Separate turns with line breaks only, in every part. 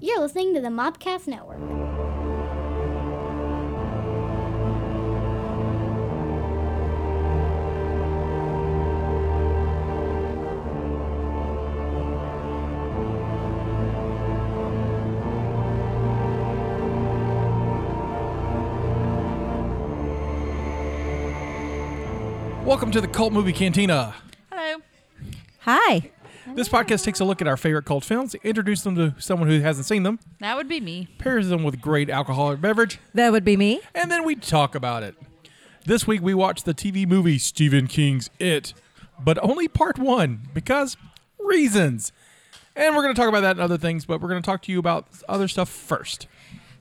You're listening to the Mobcast Network.
Welcome to the Cult Movie Cantina.
Hello.
Hi.
This podcast takes a look at our favorite cult films, introduce them to someone who hasn't seen them,
That would be me.
pairs them with great alcoholic beverage,
That would be me.
and then we talk about it. This week we watched the TV movie Stephen King's It, but only part one because reasons. And we're going to talk about that and other things, but we're going to talk to you about other stuff first.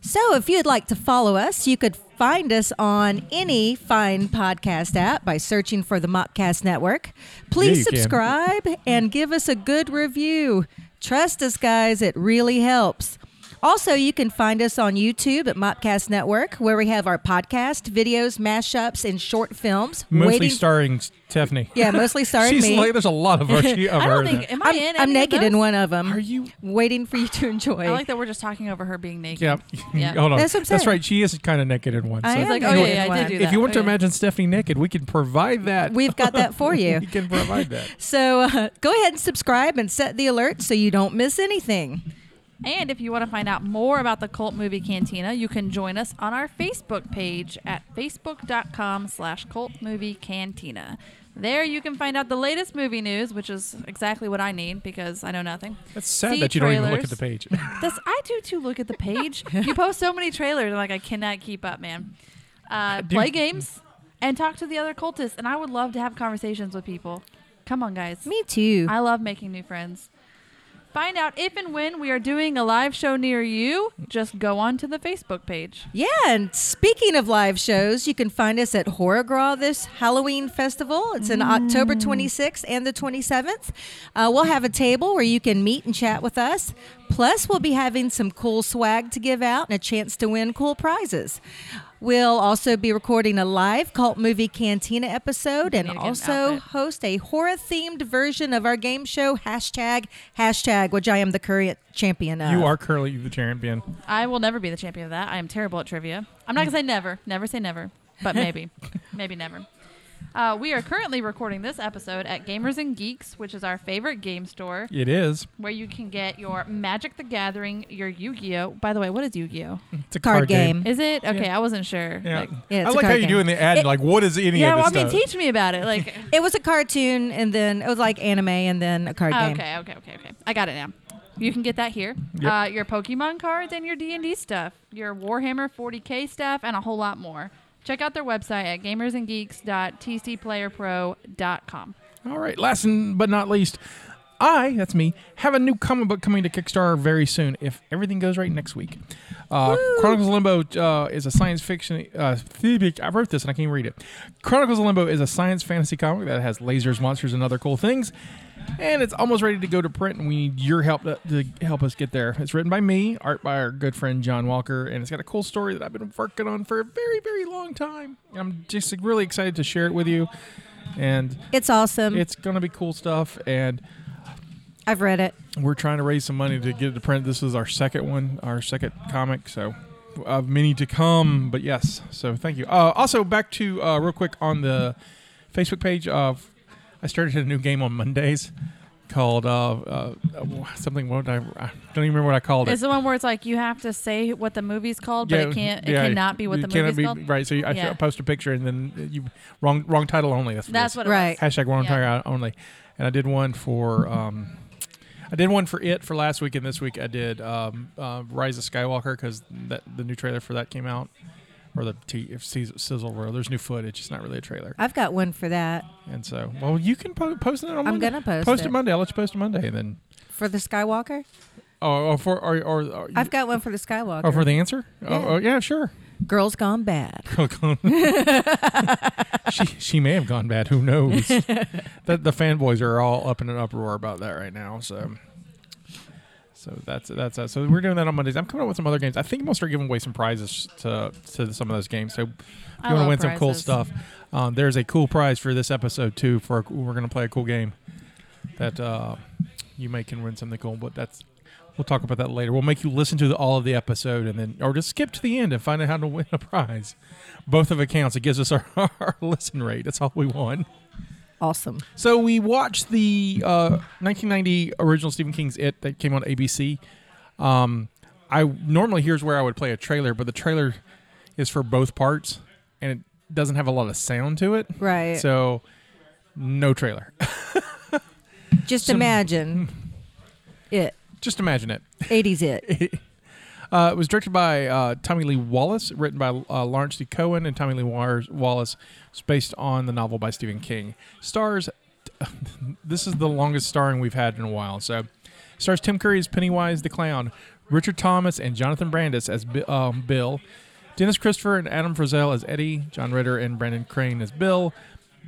So, if you'd like to follow us, you could find us on any fine podcast app by searching for the Mopcast Network. Please
you can.
subscribe and give us a good review. Trust us, guys, it really helps. Also, you can find us on YouTube at Mopcast Network, where we have our podcast, videos, mashups, and short films.
Mostly
waiting-
starring Stephanie.
Yeah, mostly starring
She's
me.
like, there's a lot of her. She, of
I
her
don't
in
think.
it.
Am I
I'm,
in?
I'm
any of
naked in
those?
one of them.
Are you-
waiting for you to enjoy?
I like that we're just talking over her being naked.
Yeah.
Yeah.
Hold on.
That's what I'm saying.
right. She is kind of naked in one.
I
so-
am
It's like,
Yeah,
oh
naked
yeah,
in
yeah, I
one.
did do that.
If you want to
Oh, yeah.
imagine Stephanie naked, we can provide that.
We've got that for you.
we can provide that.
So uh, go ahead and subscribe and set the alert so you don't miss anything.
And if you want to find out more about the Cult Movie Cantina, you can join us on our Facebook page at facebook.com slash cult movie cantina. There you can find out the latest movie news, which is exactly what I need because I know nothing.
That's sad
See
that you don't even look at
trailers.
the page.
That's, I do too look at the page. you post so many trailers, and like I cannot keep up, man. Uh,
do-
play games and talk to the other cultists, and I would love to have conversations with people. Come on, guys.
Me too.
I love making new friends. Find out if and when we are doing a live show near you. Just go on to the Facebook page.
yeah, and speaking of live shows, you can find us at Horrorgraw this Halloween festival. It's in
Mm.
October 26th and the 27th. Uh, we'll have a table where you can meet and chat with us. Plus, we'll be having some cool swag to give out and a chance to win cool prizes. We'll also be recording a live cult movie cantina episode and
Need to get an
also
outfit.
host a horror themed version of our game show hashtag hashtag, which I am the current champion of.
you are currently the champion.
I will never be the champion of that. I am terrible at trivia. I'm not going to say never. Never say never. But maybe. maybe never. Uh, we are currently recording this episode at Gamers and Geeks, which is our favorite game store,
It is.
where you can get your Magic the Gathering, your Yu Gi Oh! By the way, what is Yu Gi Oh!
It's a
Card game.
Is it? Okay, I wasn't sure.
Mm-hmm. Yeah.
Like,
Yeah, it's
I
a
like how
card
you do
game.
in the ad.
It-
like, what is any
yeah, well, I
of this
mean,
stuff?
teach me about it. Like,
It was a cartoon, and then it was like anime, and then a card game.
oh, Okay, okay, okay, okay. I got it now. You can get that here.
Yep.
Uh, your Pokemon cards and your D and D stuff, your Warhammer 40k stuff, and a whole lot more. Check out their website at gamersandgeeks.tcplayerpro.com.
All right. Last and- but not least, I, that's me, have a new comic book coming to Kickstarter very soon if everything goes right next week. Uh, Chronicles of Limbo uh, is a science fiction. Uh, thebic- I wrote this and I can't read it. Chronicles of Limbo is a science fantasy comic that has lasers, monsters, and other cool things. And it's almost ready to go to print, and we need your help to, to help us get there. It's written by me, art by our good friend John Walker, and it's got a cool story that I've been working on for a very, very long time. And I'm just really excited to share it with you. And
It's
Mm.
awesome.
it's gonna be cool stuff, and
I've read it.
we're trying to raise some money to get it to print. This is our second one, our second comic, so uh, many to come. But yes, so thank you. Uh, also, back to uh, real quick on the Facebook page. Of I started a new game on Mondays called uh, uh, something. What did I, I don't even remember what I called it.
It's the one where it's like you have to say what the movie's called, but it can't. It
yeah,
cannot be what
it
the
cannot
movie's
be-
called.
Right, so you, I
Yeah.
post a picture and then you wrong wrong title only. That's what it is.
That's what. It
Right.
Was.
Hashtag one
Yeah.
entire only. And I did one for um, I did one for it for last week, and this week I did um, uh, Rise of Skywalker because that the new trailer for that came out, or the t- if seas- sizzle reel. There's new footage. It's not really a trailer,
I've got one for that
and so well you can po- post it on. Monday.
gonna post
Oh post it.
it.
Monday. I'll let you post it Monday, and then
for the Skywalker.
or, or for or, or, or
I've got one for the Skywalker.
or for the answer.
Yeah.
Oh, oh yeah, sure.
Girls Gone Bad.
she she may have gone bad. Who knows? the, the fanboys are all up in an uproar about that right now. So. So that's that's us. So we're doing that on Mondays. I'm coming up with some other games. I think I'm gonna start giving away some prizes to to some of those games. So if
I
you want to
love
win some cool
prizes.
stuff, um, there's a cool prize for this episode too. For a, we're gonna play a cool game that uh, you may can win something cool. But that's We'll talk about that later. We'll make you listen to the, all of the episode and then, or just skip to the end and find out how to win a prize. Both of accounts. It gives us our, our listen rate. That's all we want.
Awesome.
So we watched the uh, 1990 original Stephen King's It that came on ABC. Um, I normally here's where I would play a trailer, but the trailer is for both parts, and it doesn't have a lot of sound to it.
Right.
So no trailer.
Just imagine it.
Just imagine it.
80s it.
Uh, it was directed by uh, Tommy Lee Wallace, written by uh, Lawrence D. Cohen and Tommy Lee Wa- Wallace. It's based on the novel by Stephen King. Stars. this is the longest starring we've had in a while. So, stars Tim Curry as Pennywise the Clown, Richard Thomas and Jonathan Brandis as Bi- um, Bill, Dennis Christopher and Adam Frizzell as Eddie, John Ritter and Brandon Crane as Bill.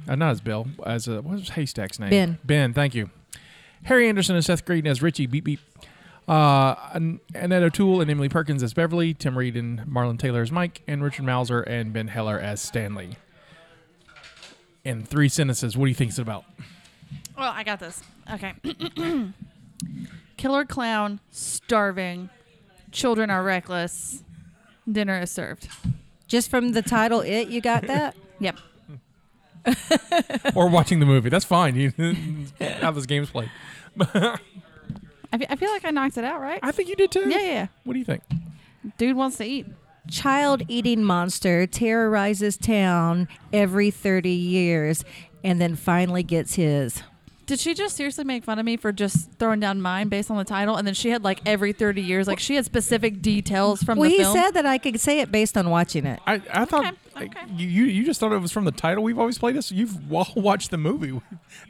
Uh, not as Bill, as uh, what was Haystack's name?
Ben.
Ben, thank you. Harry Anderson and Seth Green as Richie. Beep beep. Uh, An- Annette O'Toole and Emily Perkins as Beverly, Tim Reed and Marlon Taylor as Mike, and Richard Mauser and Ben Heller as Stanley. In three sentences, what do you think it's about?
Well, I got this. Okay. Killer clown, starving, children are reckless, dinner is served.
Just from the title it, you got that?
Yep.
or watching the movie? That's fine. You, how this game's played.
I fe- I feel like I knocked it out, right?
I think you did too.
Yeah, yeah.
What do you think?
yeah. Dude wants to eat.
Child eating monster terrorizes town every 30 years and then finally gets his.
Did she just seriously make fun of me for just throwing down mine based on the title? And then she had like every 30 years, like she had specific details from
well,
the
he
film.
said that I could say it based on watching it.
I, I thought
Okay, okay.
You, you you just thought it was from the title. We've always played this. You've wa- watched the movie.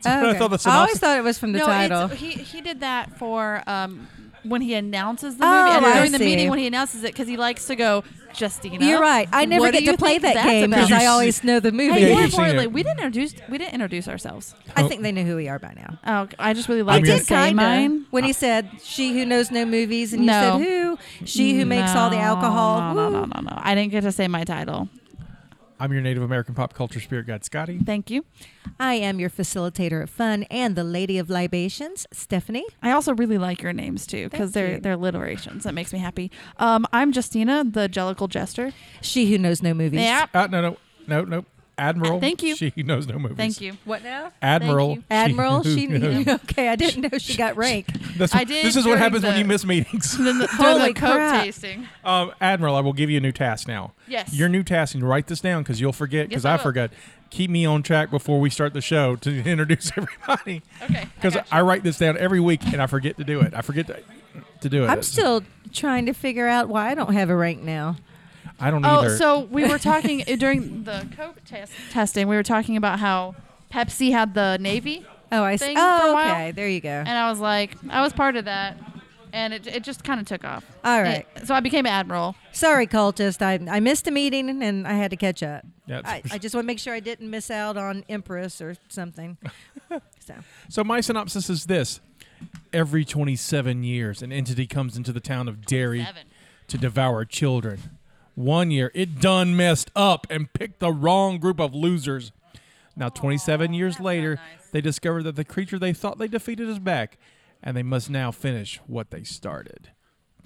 That's what I
Okay.
thought the
I always
synopsis.
thought it was from the
no,
title.
It's, he, he did that for um, when he announces the
Oh,
movie. And
I
during the
see.
meeting when he announces it, because he likes to go, Justina.
You're right. I never
what do
get to
you
play
think
that
that's
game
about?"
because
You
I
s-
always know the movie.
Hey,
Yeah,
more
you've seen it.
importantly, we didn't introduce we didn't introduce ourselves.
I think they know who we are by now.
Oh, okay. I just really like to
did
say
kinda.
mine.
When he said, "She who knows no movies," and
No.
you said, "Who?" She who makes all the
Mm, No,
alcohol.
No, no,
Woo.
no, no, no. I didn't get to say my title.
I'm your Native American pop culture spirit guide, Scotty.
Thank you.
I am your facilitator of fun and the lady of libations, Stephanie.
I also really like your names too because
Thank
they're
you.
they're alliterations. That makes me happy. Um, I'm Justina, the Jellicle Jester.
She who knows no movies.
Yeah.
Uh, no, no, no, no. Admiral.
Uh, thank you.
She knows no movies.
Thank you.
What now?
Admiral.
you.
she
Admiral.
who
She.
knows-
okay, I didn't know she got rank.
That's
I
what-
did
this is what
during
happens when
the-
you miss meetings.
Then the,
Holy
Holy the coke
crap.
tasting.
Um, Admiral, I will give you a new task now.
Yes.
Your new task, and write this down because you'll forget,
Yes,
because
I
I,
will.
forgot. Keep me on track before we start the show to introduce everybody.
Okay, I
Because
got you.
I write this down every week and I forget to do it. I forget to, to do it.
I'm still trying to figure out why I don't have a rank now.
I don't
Oh,
either.
so we were talking uh, during the coke test testing. We were talking about how Pepsi had the Navy,
Oh, I see.
Thing for a
Oh,
while.
okay. There you go.
and I was like, I was part of that, and it it just kind of took off.
All right.
It- so I became admiral.
Sorry, cultist. I, I missed a meeting and I had to catch up.
Yeah,
I, I just want to make sure I didn't miss out on Empress or something. so
So my synopsis is this: Every 27 years, an entity comes into the town of Derry
Seven.
to devour children. One year, it done messed up and picked the wrong group of losers. Now, 27 years later, they discover that the creature they thought they defeated is back, and they must now finish what they started.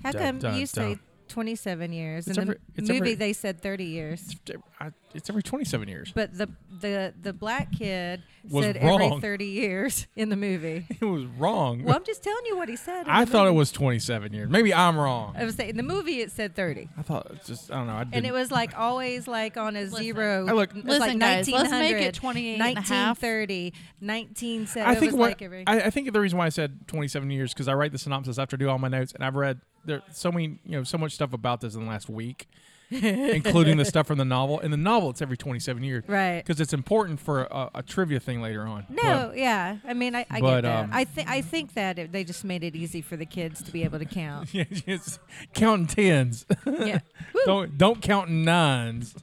how
Dun,
come
dun,
you say
dun.
27 years?
It's
In the
every- it's
movie,
every-
they said 30 years.
I- It's every 27 years.
But the the the black kid
Was
said
wrong.
every 30 years in the movie.
It was wrong.
well, I'm just telling you what he said. in
I
the
thought it
movie.
was 27 years. Maybe I'm wrong.
I was saying in the movie it said 30.
I thought it's just I don't know. I
Uh, And
didn't-
it was like always like on a
Listen.
zero.
I look-
it was
Listen,
like
guys, let's make it
1900,
28 and a half.
1930, 1970.
I
it
think
was
what
like every-
I, I think the reason why I said 27 years because I write the synopsis after I do all my notes, and I've read there so many you know so much stuff about this in the last week, including the stuff from the novel. In the novel, it's every 27 years,
right.
Because it's important for a, a trivia thing later on.
No, yeah. I mean, I, I
but,
get that.
um,
I think I think that it, they just made it easy for the kids to be able to count.
But, yes, counting tens.
yeah.
don't don't count nines.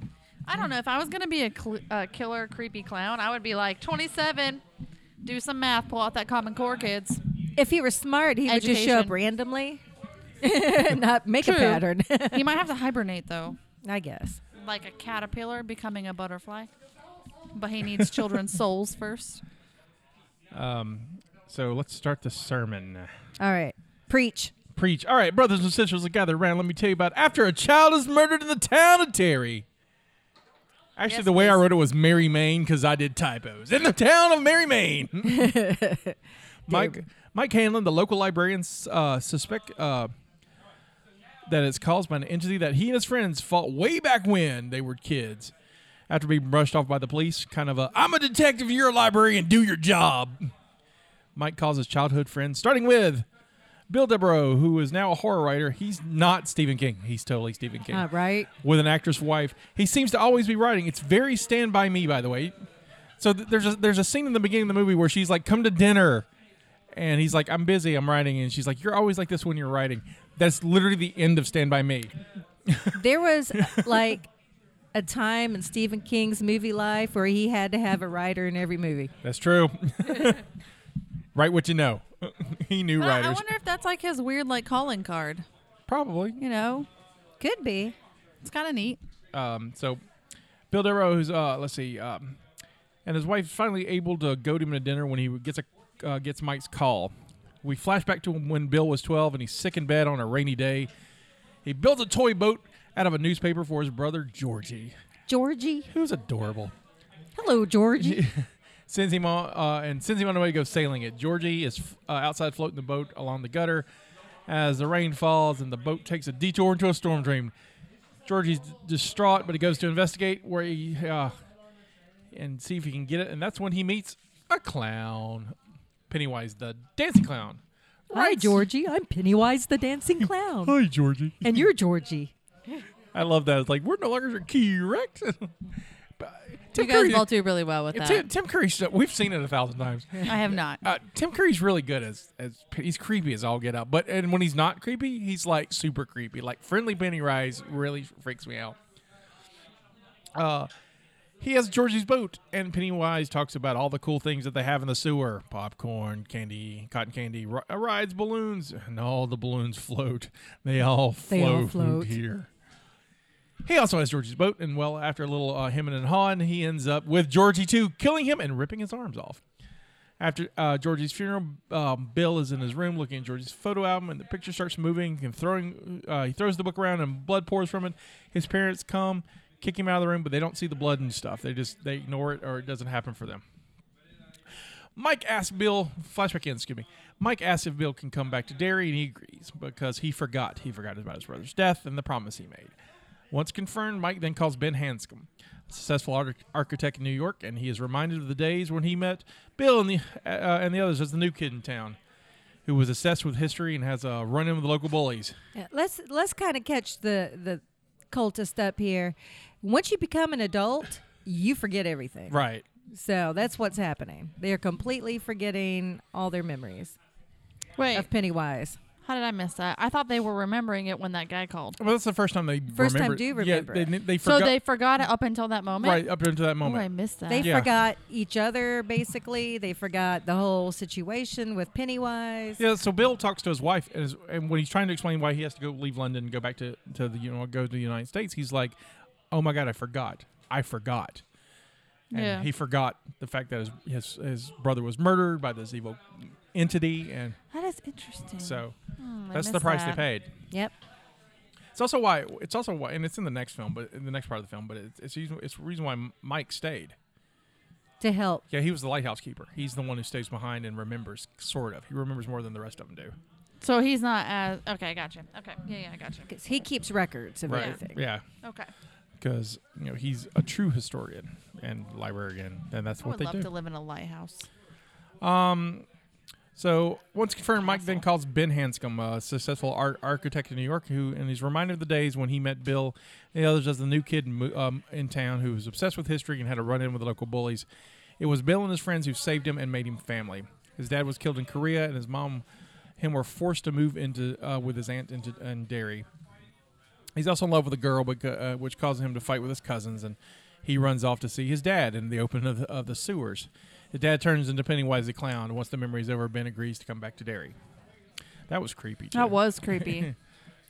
I don't know if I was gonna be a, cl- a killer, creepy clown. I would be like 27. Do some math. Pull out that Common Core, kids.
If he were smart, he would just show up
Education.
randomly, not make a
True.
pattern.
you might have to hibernate though,
I guess.
like a caterpillar becoming a butterfly. But he needs children's souls first.
Um, so let's start the sermon.
All right, preach.
Preach. All right, brothers and sisters, gather around. Let me tell you about After a Child is Murdered in the Town of Terry. Actually,
Yes,
the way I
please.
wrote it was Mary, Maine, because I did typos. In the town of Mary, Maine. Mike, Mike Hanlon, the local librarian, s- uh, suspect uh, that it's caused by an entity that he and his friends fought way back when they were kids. After being brushed off by the police, kind of a I'm a detective, you're a librarian, do your job. Mike calls his childhood friends, starting with Bill Devereaux, who is now a horror writer. He's not Stephen King. He's totally Stephen King
Uh, right?
with an actress wife. He seems to always be writing. It's very Stand By Me, by the way. So th- there's a, there's a scene in the beginning of the movie where she's like, "Come to dinner," and he's like, "I'm busy, I'm writing," and she's like, "You're always like this when you're writing." That's literally the end of Stand By Me.
There was like a time in Stephen King's movie life where he had to have a writer in every movie.
That's true. Write what you know. he knew
Uh, I
writers.
wonder if that's like his weird like calling card.
Probably.
You know,
Could be.
it's kind of neat.
Um, so Bill Devereaux, who's uh, let's see, um, and his wife finally able to goad him to dinner when he gets a uh, gets Mike's call. We flash back to him when Bill was 12 and he's sick in bed on a rainy day. He builds a toy boat out of a newspaper for his brother Georgie,
Georgie.
who's adorable.
Hello, Georgie.
Sends him on uh, and sends him on the way to go sailing it. Georgie is uh, outside floating the boat along the gutter as the rain falls and the boat takes a detour into a storm drain. Georgie's d- distraught, but he goes to investigate where he uh, and see if he can get it. And that's when he meets a clown, Pennywise the dancing clown.
Hi, Georgie. I'm Pennywise the Dancing Clown.
Hi, Georgie.
and you're Georgie.
I love that. It's like we're no longer correct. But Tim
you guys
Curry,
both do really well with that.
Tim, Tim Curry, stuff- we've seen it a thousand times.
I have not.
Uh, Tim Curry's really good as as he's creepy as all get out, but and when he's not creepy, he's like super creepy. Like friendly Penny Rise really freaks me out. Uh, he has Georgie's boat, and Pennywise talks about all the cool things that they have in the sewer: popcorn, candy, cotton candy, ri- uh, rides, balloons, and all the balloons float. They all float,
They all float.
here. He also has Georgie's boat, and well, after a little uh, hemming and hawing, he ends up with Georgie too, killing him and ripping his arms off. After uh, Georgie's funeral, um, Bill is in his room looking at Georgie's photo album, and the picture starts moving and throwing. Uh, he throws the book around, and blood pours from it. His parents come, kick him out of the room, but they don't see the blood and stuff. They just they ignore it, or it doesn't happen for them. Mike asks Bill, flashback in, excuse me. Mike asks if Bill can come back to Derry, and he agrees because he forgot. He forgot about his brother's death and the promise he made. Once confirmed, Mike then calls Ben Hanscom, a successful arch- architect in New York, and he is reminded of the days when he met Bill and the, uh, and the others as the new kid in town, who was obsessed with history and has a run in with the local bullies.
Yeah, let's let's kind of catch the the cultist up here. Once you become an adult, you forget everything.
Right.
So that's what's happening. They're completely forgetting all their memories
Wait,
of Pennywise.
how did I miss that? I thought they were remembering it when that guy called.
Well, that's the first time they
First time
remembered-
do
Yeah,
remember
they,
it.
they
So
forgot.
they forgot it up until that moment.
right up until that
Oh,
moment.
I missed that.
They
Yeah.
forgot each other basically. They forgot the whole situation with Pennywise.
Yeah, so Bill talks to his wife, and, his, and when he's trying to explain why he has to go leave London and go back to, to the you know go to the United States, he's like, "Oh my God, I forgot! I forgot!" And
Yeah.
he forgot the fact that his, his his brother was murdered by this evil entity, and
that is interesting.
so
Hmm, I
that's the
missed
price
that.
they paid.
Yep.
It's also why it's also why, and it's in the next film, but in the next part of the film, but it's it's the reason- it's the reason why Mike stayed.
To help.
Yeah, he was the lighthouse keeper. He's the one who stays behind and remembers, sort of. He remembers more than the rest of them do.
So he's not as okay. I got you. Okay. Yeah. Yeah. I got you.
'Cause he keeps records of everything.
Yeah.
Okay.
because you know he's a true historian and librarian, and that's
I
what
would
they
love
do.
to live in a lighthouse.
um, so once confirmed, Mike then
Castle.
calls Ben Hanscom, a successful art architect in New York, who and he's reminded of the days when he met Bill and the others as the new kid in, mo- um, in town who was obsessed with history and had a run-in with the local bullies. It was Bill and his friends who saved him and made him family. His dad was killed in Korea, and his mom, him, were forced to move into uh, with his aunt into and Derry. He's also in love with a girl, but, uh, which causes him to fight with his cousins, and he runs off to see his dad in the open of the, of the sewers. His dad turns into Pennywise the clown. Once the memory's over, Ben agrees to come back to Derry. That was creepy. Too.
That was creepy.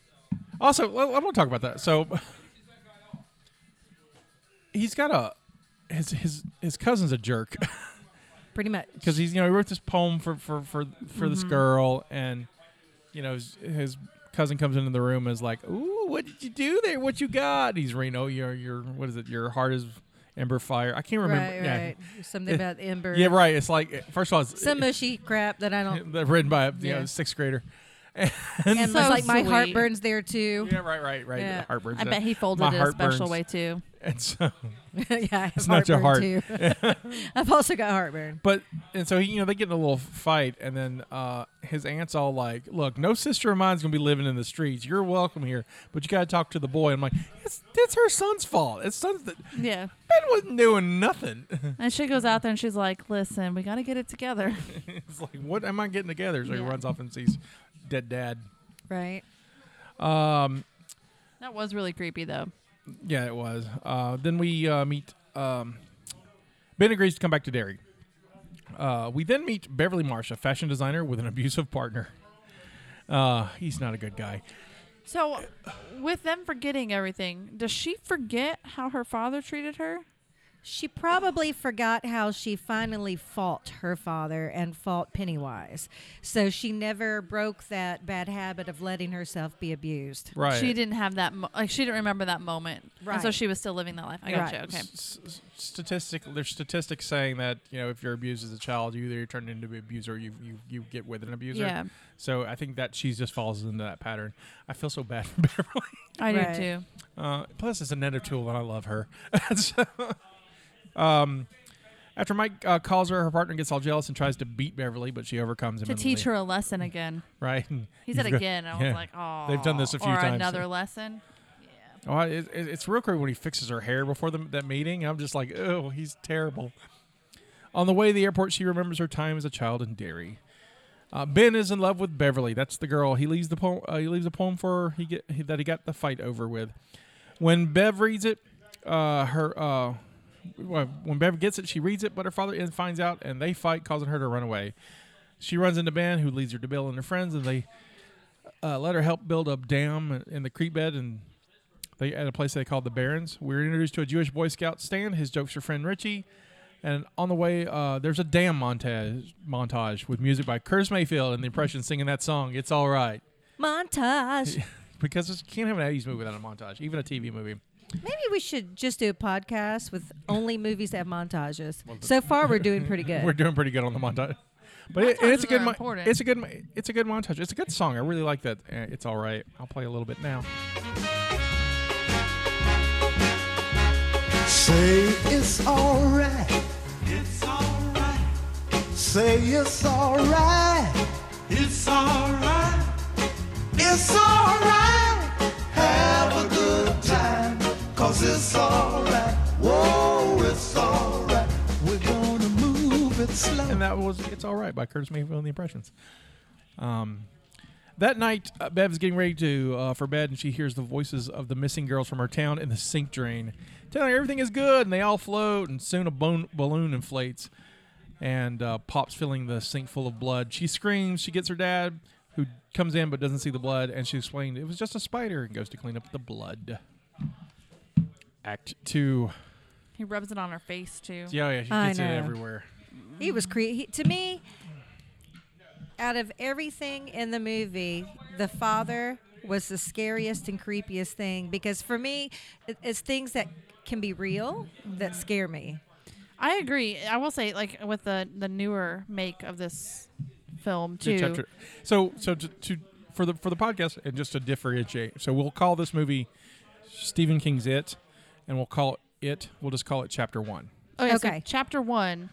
Also, I want to talk about that. So he's got a his his his cousin's a jerk
Pretty much. Mm-hmm.
because he's you know he wrote this poem for for for for this girl and you know, his, his cousin comes into the room and is like, "Ooh, what did you do there? What you got?" And he's Reno. Your your what is it? Your heart is ember fire. I can't remember.
Right,
yeah.
right. Something about Ember.
Yeah, right. It's like first of all, it's
Some mushy crap that I don't.
they're written by a you
Yeah.
know, sixth grader.
And
So
it's like my
sweet.
heart burns there too.
Yeah, right, right, right.
Yeah.
Heartburns.
I bet he folded
My
it a
heart
special
burns.
way too.
And so,
Yeah, I have
It's not your
heartburn, too. I've also got heartburn.
but and so he, you know, they get in a little fight, and then uh, his aunt's all like, "Look, no sister of mine's gonna be living in the streets. You're welcome here, but you gotta talk to the boy." I'm like, "It's it's her son's fault. It's son's that Ben
Yeah.
wasn't doing nothing."
And she goes out there and she's like, "Listen, we got to get it together."
it's like, "What am I getting together?" So he
Yeah.
runs off and sees dead dad.
Right.
Um,
that was really creepy though.
yeah, it was. Uh, then we uh, meet. Um, ben agrees to come back to Derry. Uh, we then meet Beverly Marsh, a fashion designer with an abusive partner. Uh, he's not a good guy.
So, with them forgetting everything, does she forget how her father treated her?
She probably forgot how she finally fought her father and fought Pennywise. So she never broke that bad habit of letting herself be abused.
Right.
She didn't have that. Mo- like she didn't remember that moment. And so
Right.
she was still living that life. I gotcha.
Right.
Okay.
S- s- statistic there's statistics saying that you know if you're abused as a child you either turn into an abuser or you, you you get with an abuser
Yeah.
so i think that she just falls into that pattern i feel so bad for beverly
I
Right.
do too.
uh, plus it's another tool and i love her So, um after mike uh, calls her her partner gets all jealous and tries to beat beverly but she overcomes him
To
and
teach
leaves,
her a lesson again.
right
He said
You've got-
again. I was
yeah.
like, "Oh."
They've done this a few
or
times.
Another lesson.
Oh, it, it, it's real quick when he fixes her hair before the, that meeting. I'm just like, oh, he's terrible. On the way to the airport, she remembers her time as a child in Derry. Uh, ben is in love with Beverly. That's the girl. He leaves the poem. Uh, he leaves a poem for her. He get he, that he got the fight over with. When Bev reads it, uh, her uh, well, when Bev gets it, she reads it, but her father in- finds out, and they fight, causing her to run away. She runs into Ben, who leads her to Bill and her friends, and they uh, let her help build a dam in the creek bed and they at a place they called the Barrens. We were introduced to a Jewish Boy Scout stand. His jokes are friend Richie, and on the way, uh, there's a damn montage montage with music by Curtis Mayfield and the Impressions singing that song. It's all right
Montage.
because it's- you can't have an 80s movie without a montage, even a TV movie.
Maybe we should just do a podcast with only movies that have montages. So far, we're doing pretty good.
We're doing pretty good on the montage, but it, and it's a
Montages
good
are
mon-
important.
it's a good mo- it's a good montage. It's a good song. I really like that. Uh, It's all right. I'll play a little bit now.
Say it's alright. It's alright. Say it's alright. It's alright. It's alright. Have a good time. Cause it's alright. Whoa, it's alright. We're gonna move it slow.
and that was "It's All Right" by Curtis Mayfield and the Impressions. Um, that night, uh, Bev is getting ready to uh, for bed, and she hears the voices of the missing girls from her town in the sink drain, telling her everything is good, and they all float. And soon, a bone- balloon inflates, and uh, pops, filling the sink full of blood. She screams. She gets her dad, who comes in but doesn't see the blood, and she explained it was just a spider, and goes to clean up the blood. Act two.
He rubs it on her face too.
Yeah, yeah, she
I
gets it
know.
everywhere.
He was cre- he, to me. Out of everything in the movie, the father was the scariest and creepiest thing because for me, it- it's things that can be real that scare me.
I agree. I will say, like with the the newer make of this film
to
too.
chapter- So so to, to for the for the podcast and just to differentiate. So we'll call this movie Stephen King's It, and we'll call it It. We'll just call it Chapter One.
Okay, Oh, so
Okay.
chapter one.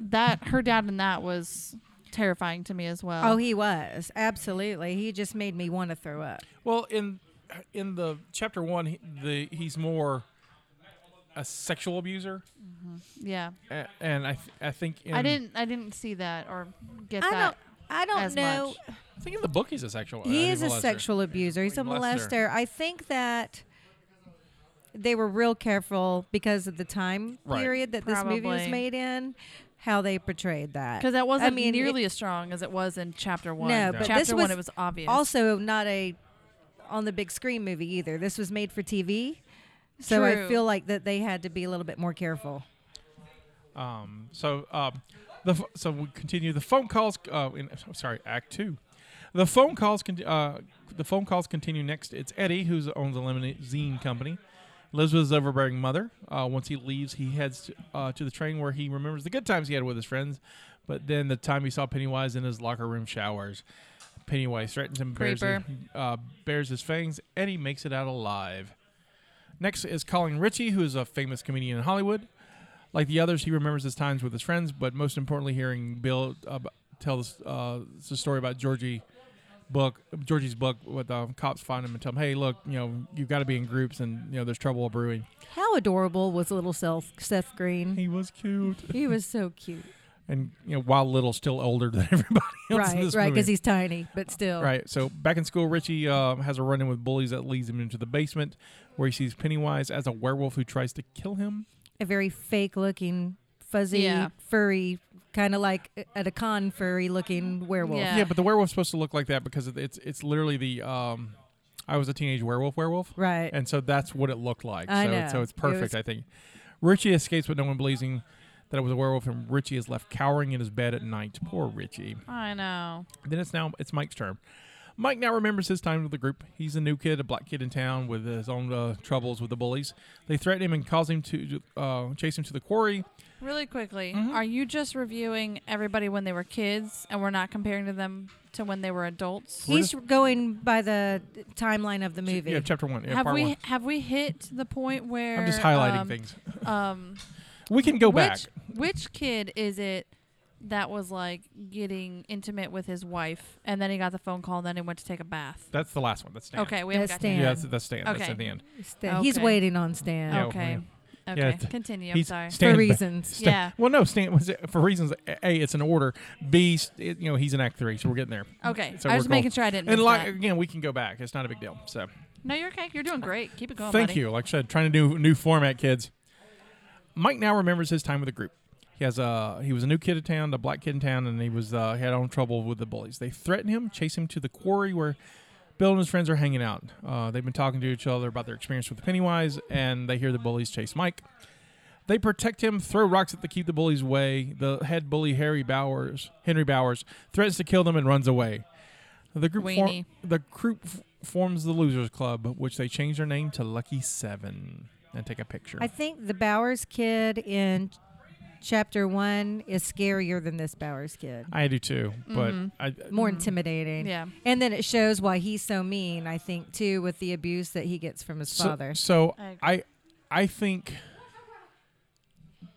That her dad in that was terrifying to me as well.
Oh, he was absolutely. He just made me want to throw up.
Well, in in the Chapter One, he- the he's more a sexual abuser,
yeah.
a- and I th- I think in,
I didn't. I didn't see that or get
I
that.
don't. I don't
as
know.
much.
I think in the book he's a sexual. uh,
He is a
molester.
sexual abuser. He's a
Molester.
molester. I think that they were real careful because of the time
Right.
period that this movie was
Probably.
made in, how they portrayed that.
Because that wasn't
I mean,
nearly
it-
as strong as it was in chapter one.
No, but
chapter
this
one
was
it was obvious.
also not a on the big screen movie either. This was made for TV. So
True.
I feel like that they had to be a little bit more careful.
Um, so um, the ph- so we continue the phone calls. Uh, in, sorry, Act Two. The phone calls con- uh, the phone calls continue next. It's Eddie who owns a limousine company. Lives with his overbearing mother. Uh, once he leaves, he heads to, uh, to the train where he remembers the good times he had with his friends, but then the time he saw Pennywise in his locker room showers. Pennywise threatens him, bears his, uh, bears his fangs. Eddie makes it out alive. Next is Colin Ritchie, who is a famous comedian in Hollywood. Like the others, he remembers his times with his friends, but most importantly, hearing Bill uh, b- tell this, uh, the story about Georgie book, Georgie's book, with the cops find him and tell him, "Hey, look, you know, you've got to be in groups, and you know, there's trouble brewing."
How adorable was little Seth, Seth Green?
He was cute,
He was so cute.
and you know, while little, still older than everybody else in
right,
this
right,
movie.
because he's tiny, but still.
Right. So back in school, Richie uh, has a run in with bullies that leads him into the basement where he sees Pennywise as a werewolf who tries to kill him.
A very fake looking, fuzzy,
Yeah.
furry, kind of like at a con furry looking werewolf.
Yeah.
Yeah, but the werewolf's supposed to look like that because it's it's literally the um, I was a teenage werewolf werewolf.
Right.
And so that's what it looked like.
I
so
know.
so it's
It
perfect,
was-
I think. Richie escapes but no one believes him that it was a werewolf and Richie is left cowering in his bed at night. Poor Richie.
I know.
Then it's now it's Mike's turn. Mike now remembers his time with the group. He's a new kid, a black kid in town with his own uh, troubles with the bullies. They threaten him and cause him to uh, chase him to the quarry.
Really quickly,
Mm-hmm.
are you just reviewing everybody when they were kids and we're not comparing to them to when they were adults?
He's going by the timeline of the movie.
Yeah, chapter one. Yeah,
have
part
we
one.
have we hit the point where
I'm just highlighting
um,
things.
Um,
We can go
which
back.
which kid is it that was like getting intimate with his wife and then he got the phone call and then he went to take a bath?
That's the last one. That's Stan.
Okay, we haven't
That's
got to-
Yeah,
Dan.
that's, that's Stan. That's
Okay.
at the end.
Stan- He's
Okay.
waiting on Stan
Yeah,
Okay.
yeah.
Okay.
Oh, Yeah, it's-
Continue. I'm
he's
sorry.
Stan
for
ba-
reasons.
Stan-
Yeah.
Well, no, Stan was for reasons. A, it's an order. B, s- it- you know, he's in Act Three, so we're getting there.
Okay.
So
I
we're
was
going-
making sure I didn't.
And
miss
like
that.
again, we can go back. It's not a big deal. So
No, you're okay. You're doing great. Keep it going.
uh, Thank
buddy.
you. Like I said, trying to do new format, kids. Mike now remembers his time with the group. He has a he was a new kid in town, a black kid in town, and he was uh, had own trouble with the bullies. They threaten him, chase him to the quarry where Bill and his friends are hanging out. Uh, they've been talking to each other about their experience with Pennywise, and they hear the bullies chase Mike. They protect him, throw rocks at the keep the bullies away. The head bully Harry Bowers, Henry Bowers, threatens to kill them and runs away. The group
Weenie.
form, the group f- forms the Losers Club, which they change their name to Lucky Seven and take a picture.
I think the Bowers kid in chapter one is scarier than this Bowers kid.
I Mm-hmm. do too, but I,
More intimidating.
Yeah.
And then it shows why he's so mean, I think, too, with the abuse that he gets from his
so,
father.
So
I agree.
I, I think.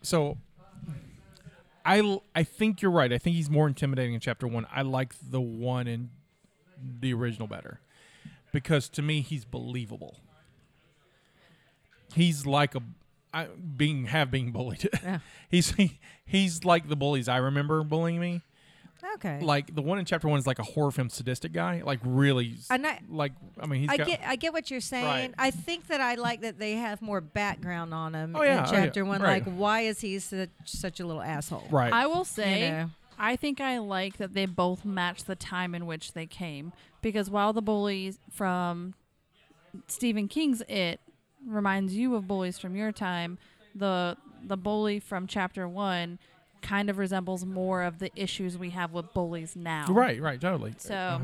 So. I, l- I think you're right. I think he's more intimidating in chapter one. I like the one in the original better because to me he's believable. He's like a I, being have being bullied. he's he, he's like the bullies I remember bullying me.
Okay.
Like the one in chapter one is like a horror film sadistic guy. Like really,
And I-
like I mean he's
I
got,
get, I get what you're saying.
Right.
I think that I like that they have more background on him
Oh, yeah,
in
oh, yeah,
chapter one.
right.
Like, why is he such, such a little asshole?
right.
I will say,
know.
I think I like that they both match the time in which they came because while the bullies from Stephen King's It reminds you of bullies from your time, the the bully from chapter one kind of resembles more of the issues we have with bullies now.
Right, right, totally. Uh-huh.
So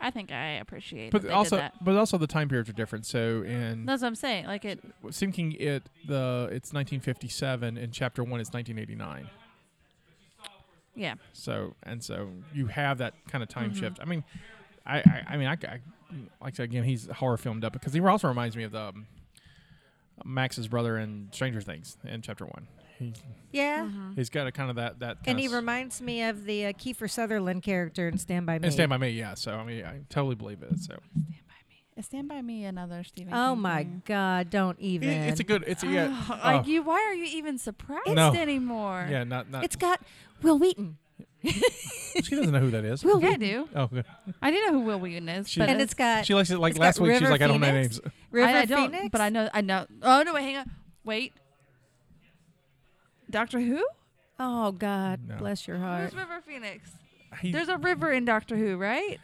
I think I appreciate that
but
they
also,
did that.
but also the time periods are different. So in
That's what I'm saying. Like it
thinking it the it's 1957 and chapter one is 1989.
yeah.
So and so you have that kind of time
Mm-hmm.
shift. I mean, I I, I mean I, I like I said again he's horror filmed up because he also reminds me of the um, Max's brother in Stranger Things in chapter one. He
Yeah.
Mm-hmm.
he's got a kind of that that.
And
kinda
he
s-
reminds me of the uh, Kiefer Sutherland character in Stand By Me.
and Stand by Me, yeah. So I mean I totally believe it. So
Stand by me. Is Stand by me Mm-hmm. another Stephen
Oh,
King
my
thing?
God. Don't
It-
even.
it's a good it's a, yeah
like
oh,
you why are you even surprised
No.
anymore?
yeah not not
It's got Will Wheaton.
she doesn't know who that is.
Yeah, I do.
Oh, good.
I do know who Will Wheaton is,
She-
but
And it's
Uh,
got.
She likes it like
it's
last
got
week. She's
River
like, I don't know
Phoenix.
names.
River
I, I don't,
Phoenix.
but I know, I know. Oh no, wait, hang on, wait. Doctor Who?
Oh God,
No.
bless your heart.
Who's River Phoenix?
He-
There's a river in Doctor Who, right?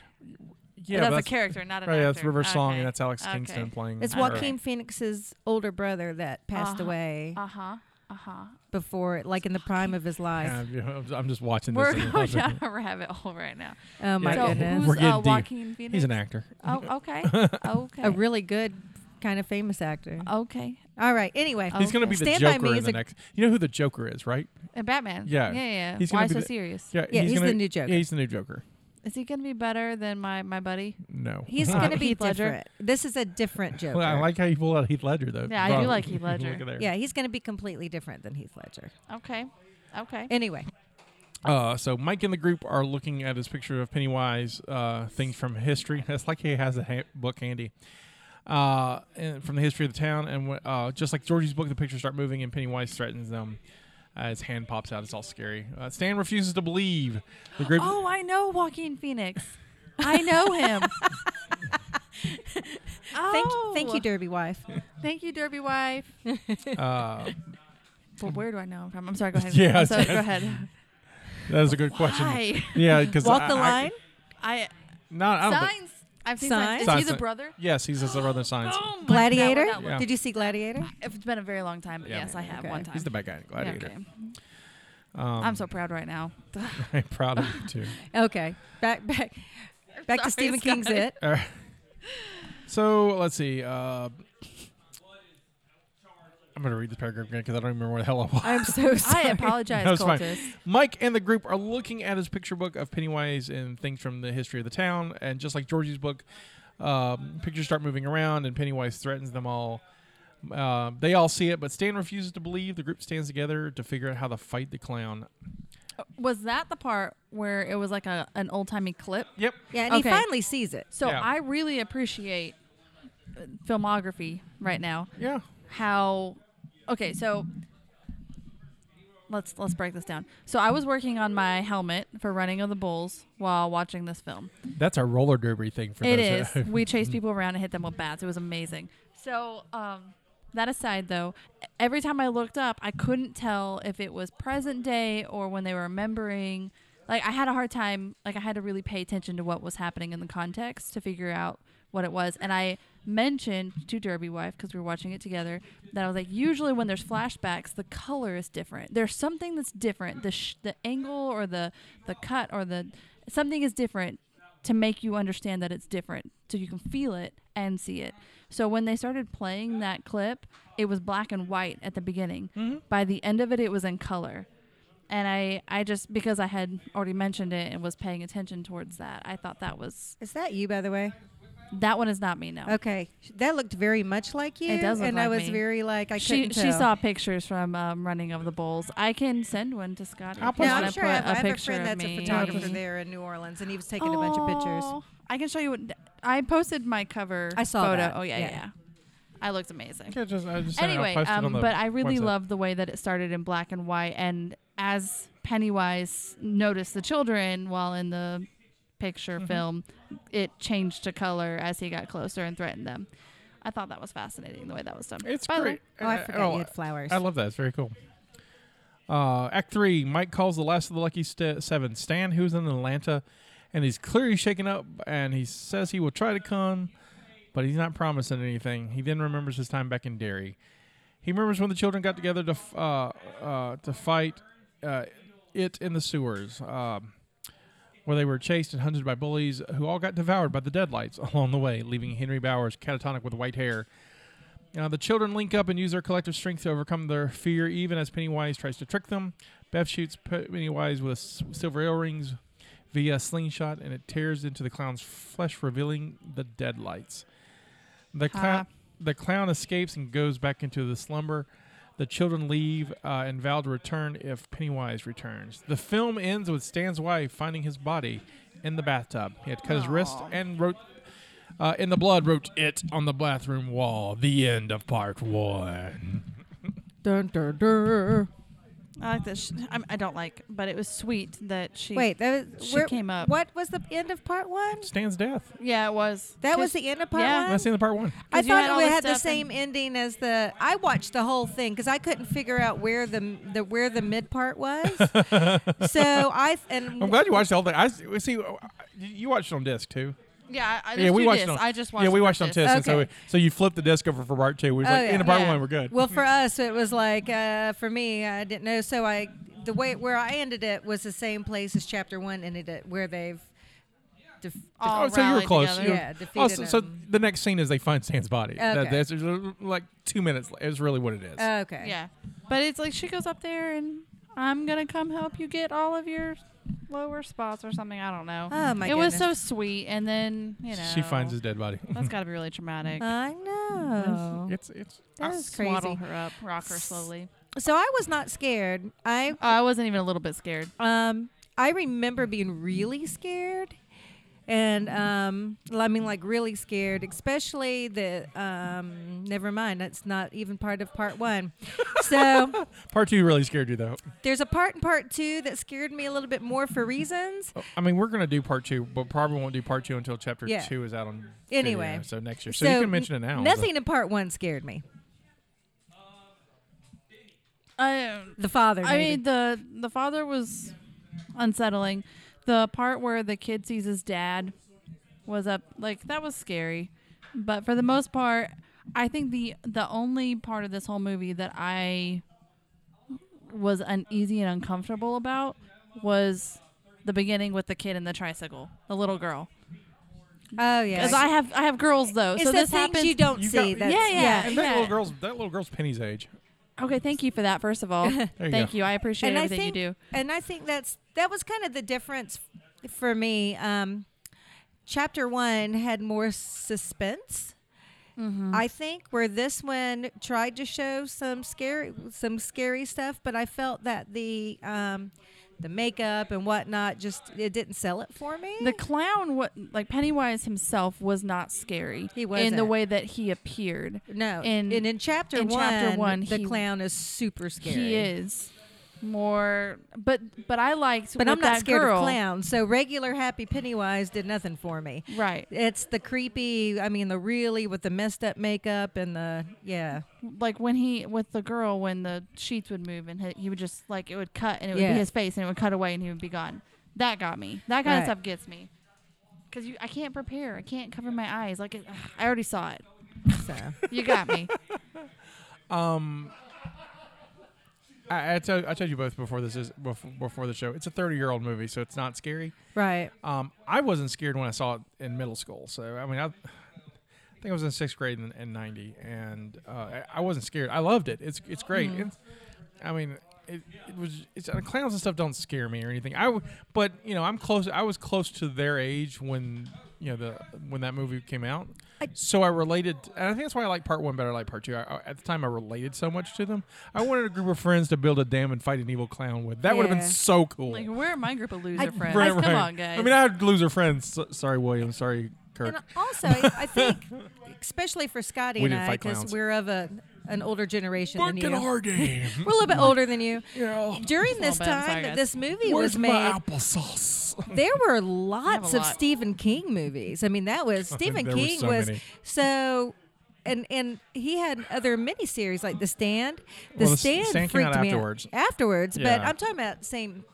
yeah,
that's,
but
a character, not an
Right,
actor.
that's River Song,
Okay.
and that's Alex
Okay.
Kingston playing.
It's
her.
Joaquin Phoenix's older brother that passed
Uh-huh.
away.
Uh huh. Uh huh.
before, like in the prime of his life.
I'm I'm just watching this.
We're
and-
going down a rabbit hole right now.
Oh my
So
goodness.
We're
who's
getting
uh,
deep.
Joaquin Phoenix?
He's an actor.
Oh, okay. Okay.
A really good, kind of famous actor.
Uh-huh. okay.
All right. Anyway,
Oh.
He's going to
Okay.
be the
Stand By Me
Joker in
is
the
a-
next. You know who the Joker is, right?
And Batman.
Yeah.
Yeah, yeah.
He's gonna
Why
be
so
the-
serious?
Yeah, he's
gonna,
the new Joker.
Yeah, he's the new Joker.
Is he gonna be better than my my buddy?
No.
he's
Uh,
going to be
Heath Ledger.
different. This is a different Joker.
Well, I like how you pull out Heath Ledger though.
Yeah, I do
Wow.
like Heath Ledger.
Look at there.
yeah, he's going to be completely different than Heath Ledger.
Okay. Okay.
Anyway,
Uh, so Mike and the group are looking at his picture of Pennywise, uh, things from history. It's like he has a ha- book handy uh, and from the history of the town. And wh- uh, just like Georgie's book, the pictures start moving and Pennywise threatens them. Uh, his hand pops out. It's all scary. Uh, Stan refuses to believe. The group.
Oh, I know Joaquin Phoenix. I know him.
thank,
oh,
thank you, Derby wife.
Thank you, Derby wife.
Uh,
Well, where do I know him from? I'm sorry. Go ahead.
Yeah,
I'm sorry,
it's-
go ahead.
that is a good question.
Why?
Yeah, because
Walk the line.
I
Not I don't think-
signs. I've seen signs. Is
Signs.
he the brother? Oh
Yes, he's his brother. Signs.
Boom! That one,
Gladiator?
that one.
Yeah.
Did you see Gladiator?
It's been a very long time, but
Yeah.
yes, I have
Okay.
one time.
He's the bad guy in
Yeah,
Gladiator.
okay.
Um,
I'm so proud right now.
I'm proud of you too.
Okay. Back back back to
Sorry,
Stephen King's
Scott.
It.
Uh, so let's see. Uh, I'm going to read this paragraph again because I don't remember where the hell I was.
I'm so
I
sorry.
apologize,
No, it's fine.
cultist.
Mike and the group are looking at his picture book of Pennywise and things from the history of the town. And just like Georgie's book, um, pictures start moving around and Pennywise threatens them all. Uh, they all see it, but Stan refuses to believe. The group stands together to figure out how to fight the clown.
Was that the part where it was like a an old timey clip?
Yep.
Yeah, and
Okay.
he finally sees it.
So
Yeah.
I really appreciate uh, filmography right now.
Yeah.
How okay, so let's let's break this down. So I was working on my helmet for running of the bulls while watching this film.
That's our roller derby thing for
It
those. Mm-hmm.
is. we chased people around and hit them with bats. It was amazing. So, um, that aside, though, every time I looked up, I couldn't tell if it was present day or when they were remembering. Like, I had a hard time, like, I had to really pay attention to what was happening in the context to figure out what it was. And I mentioned to Derby Wife, because we were watching it together, that I was like, usually when there's flashbacks, the color is different. There's something that's different. The, sh- the angle or the, the cut or the something is different to make you understand that it's different so you can feel it and see it. So when they started playing that clip, it was black and white at the beginning. By the end of it it was in color. And I I just because I had already mentioned it and was paying attention towards that, I thought that was
Is that you by the way?
that one is not me now.
Okay. That looked very much like you.
It does look
and I
like
was
me.
very like I
She,
couldn't
she
tell.
saw pictures from um, running of the bulls. I can send one to Scott. if
I'll
you
post
yeah,
it.
wanna
I'm sure I have,
put
I have a
picture
friend
of
that's
me.
a photographer there in New Orleans, and he was taking a bunch of pictures.
Oh, I can show you. What, I posted my cover.
I saw
photo.
that.
Oh yeah, yeah,
Yeah.
yeah. I looked amazing.
Yeah, just, I just sent it. I'll
Anyway,
post it on
um,
the
but I really
website.
love the way that it started in black and white, and as Pennywise noticed the children while in the picture
Mm-hmm.
film, it changed to color as he got closer and threatened them. I thought that was fascinating the way that was done.
It's
By the way,
great.
Oh, I
Uh,
forgot you had flowers.
I love that. It's very cool. Uh, act three. Mike calls the last of the lucky st- seven. Stan, who's in Atlanta, and he's clearly shaken up, and he says he will try to come, but he's not promising anything. He then remembers his time back in Derry. He remembers when the children got together to f- uh, uh, to fight uh, it in the sewers, um, where they were chased and hunted by bullies who all got devoured by the deadlights along the way, leaving Henry Bowers catatonic with white hair. Now, Uh, the children link up and use their collective strength to overcome their fear, even as Pennywise tries to trick them. Beth shoots Pennywise with s- silver earrings via a slingshot, and it tears into the clown's flesh, revealing the deadlights. The, clown,
Ah.
the clown escapes and goes back into the slumber. The children leave uh, and vow to return if Pennywise returns. The film ends with Stan's wife finding his body in the bathtub. He had cut his wrist and wrote uh, in the blood wrote it on the bathroom wall. The end of part one.
Dun, dun, dun.
I like that. She, I'm, I don't like, but it was sweet that she.
Wait, that was,
She came up.
What was the end of part one?
Stan's death.
Yeah, it was.
That was
'Cause-
the end of part
Yeah.
one.
That's the end of part one.
I
'Cause you
thought
had
it
all
would
this
had the
stuff and-
same ending as the. I watched the whole thing because I couldn't figure out where the the where the mid part was. so I and
I'm glad you watched the whole thing. I s- see. uh, You watched it on disc too.
Yeah, I, I
yeah, we watched
this.
it on,
I just watched.
Yeah, we
it
watched it on
on
Tis, and so
Okay.
so you flipped the disc over for part two. We was
Oh,
like,
yeah.
in part
Yeah.
one, we're good.
Well, for us, it was like uh, for me, I didn't know, so I the way where I ended it was the same place as chapter one ended it, where they've. Def-
All
oh, so you were
rallied
close.
together.
You were-
Yeah,
oh,
defeated
so, so
him.
the next scene is they find Stan's body. That,
Okay. Uh,
that's uh, like two minutes. Is really what it is.
oh, okay.
Yeah, but it's like she goes up there and I'm gonna come help you get all of your lower spots or something. I don't know.
Oh, my
It was so
goodness.
sweet, and then you know
she finds his dead body.
That's got to be really traumatic.
I know.
it's it's
Oh, That
I'll
was crazy.
Swaddle her up, rock her slowly. Oh,
So I was not scared. I
I wasn't even a little bit scared.
Um, I remember being really scared, and um, well, I mean, like really scared, especially the. Um, never mind, that's not even part of part one. so
part two. Really scared you though.
there's a part in part two that scared me a little bit more for reasons.
I mean, we're gonna do part two, but probably won't do part two until chapter
Yeah.
two is out on
Anyway.
video, so next year. So, you can mention it now.
Nothing in part one scared me.
I,
The father.
I
maybe.
mean, the the father was unsettling. The part where the kid sees his dad was up, like that was scary. But for the most part, I think the the only part of this whole movie that I was uneasy and uncomfortable about was the beginning with the kid and the tricycle, the little girl.
oh yeah.
Because I have I have girls though,
it's
so
the
this
things
happens.
you don't
You've
see.
got-
that's,
Yeah, yeah.
And that
Yeah.
little girl's that little girl's Penny's age.
Okay, thank you for that. First of all,
you
thank
go.
you. I appreciate
and
everything
I think,
you do.
And I think that's that was kind of the difference f- for me. Um, chapter one had more suspense.
Mm-hmm.
I think where this one tried to show some scary some scary stuff, but I felt that the um, the makeup and whatnot just it didn't sell it for me.
The clown, what like Pennywise himself, was not scary.
He
in the
wasn't.
way that he appeared.
no,
in-
and in, chapter
in
one,
chapter one,
the
he-
clown is super scary.
He is more, but but I liked.
but
with
I'm not
that
scared
girl,
of clowns. So regular happy Pennywise did nothing for me.
Right,
It's the creepy. I mean, the really with the messed up makeup and the yeah.
like when he with the girl when the sheets would move and he, he would just like it would cut and it would
Yeah.
be his face and it would cut away and he would be gone. That got me. That kind
Right.
of stuff gets me. Cause you, I can't prepare. I can't cover my eyes. Like it, I already saw it.
So
You got me.
I, I, told, I told you both before this is before, before the show. It's a 30 year old movie, so it's not scary.
right.
Um, I wasn't scared when I saw it in middle school. So I mean, I, I think I was in sixth grade in, in '90, and uh, I, I wasn't scared. I loved it. It's it's great. It's, I mean, it, it was. It's uh, clowns and stuff don't scare me or anything. I w- but you know, I'm close. I was close to their age when you know the when that movie came out. so I related, and I think that's why I like part one better. I like part two. I, I- at the time, I related so much to them. I wanted a group of friends to build a dam and fight an evil clown with. That would have
Yeah.
been so cool.
like where are my group of loser friends?
Right,
Come
right.
on, guys.
I mean, I'd lose her friends. S- sorry, William. Sorry, Kirk.
And also, I I think, especially for Scotty
We
and
didn't
I,
fight
because
clowns.
we're of a an older generation
Working
than you.
our game.
We're a little bit older than you.
Yeah.
During this
Just a little bit, I'm
time
sorry,
that
guys.
this movie
Where's
was
my
made,
applesauce?
there were lots
a
of
lot.
Stephen King movies. I mean, that was Stephen
there were
King
so
was
many.
so. And, and he had other miniseries like The Stand. The
Well, The S-
Stand,
Stand came out
freaked me
afterwards.
out. Afterwards, but
Yeah.
I'm talking about same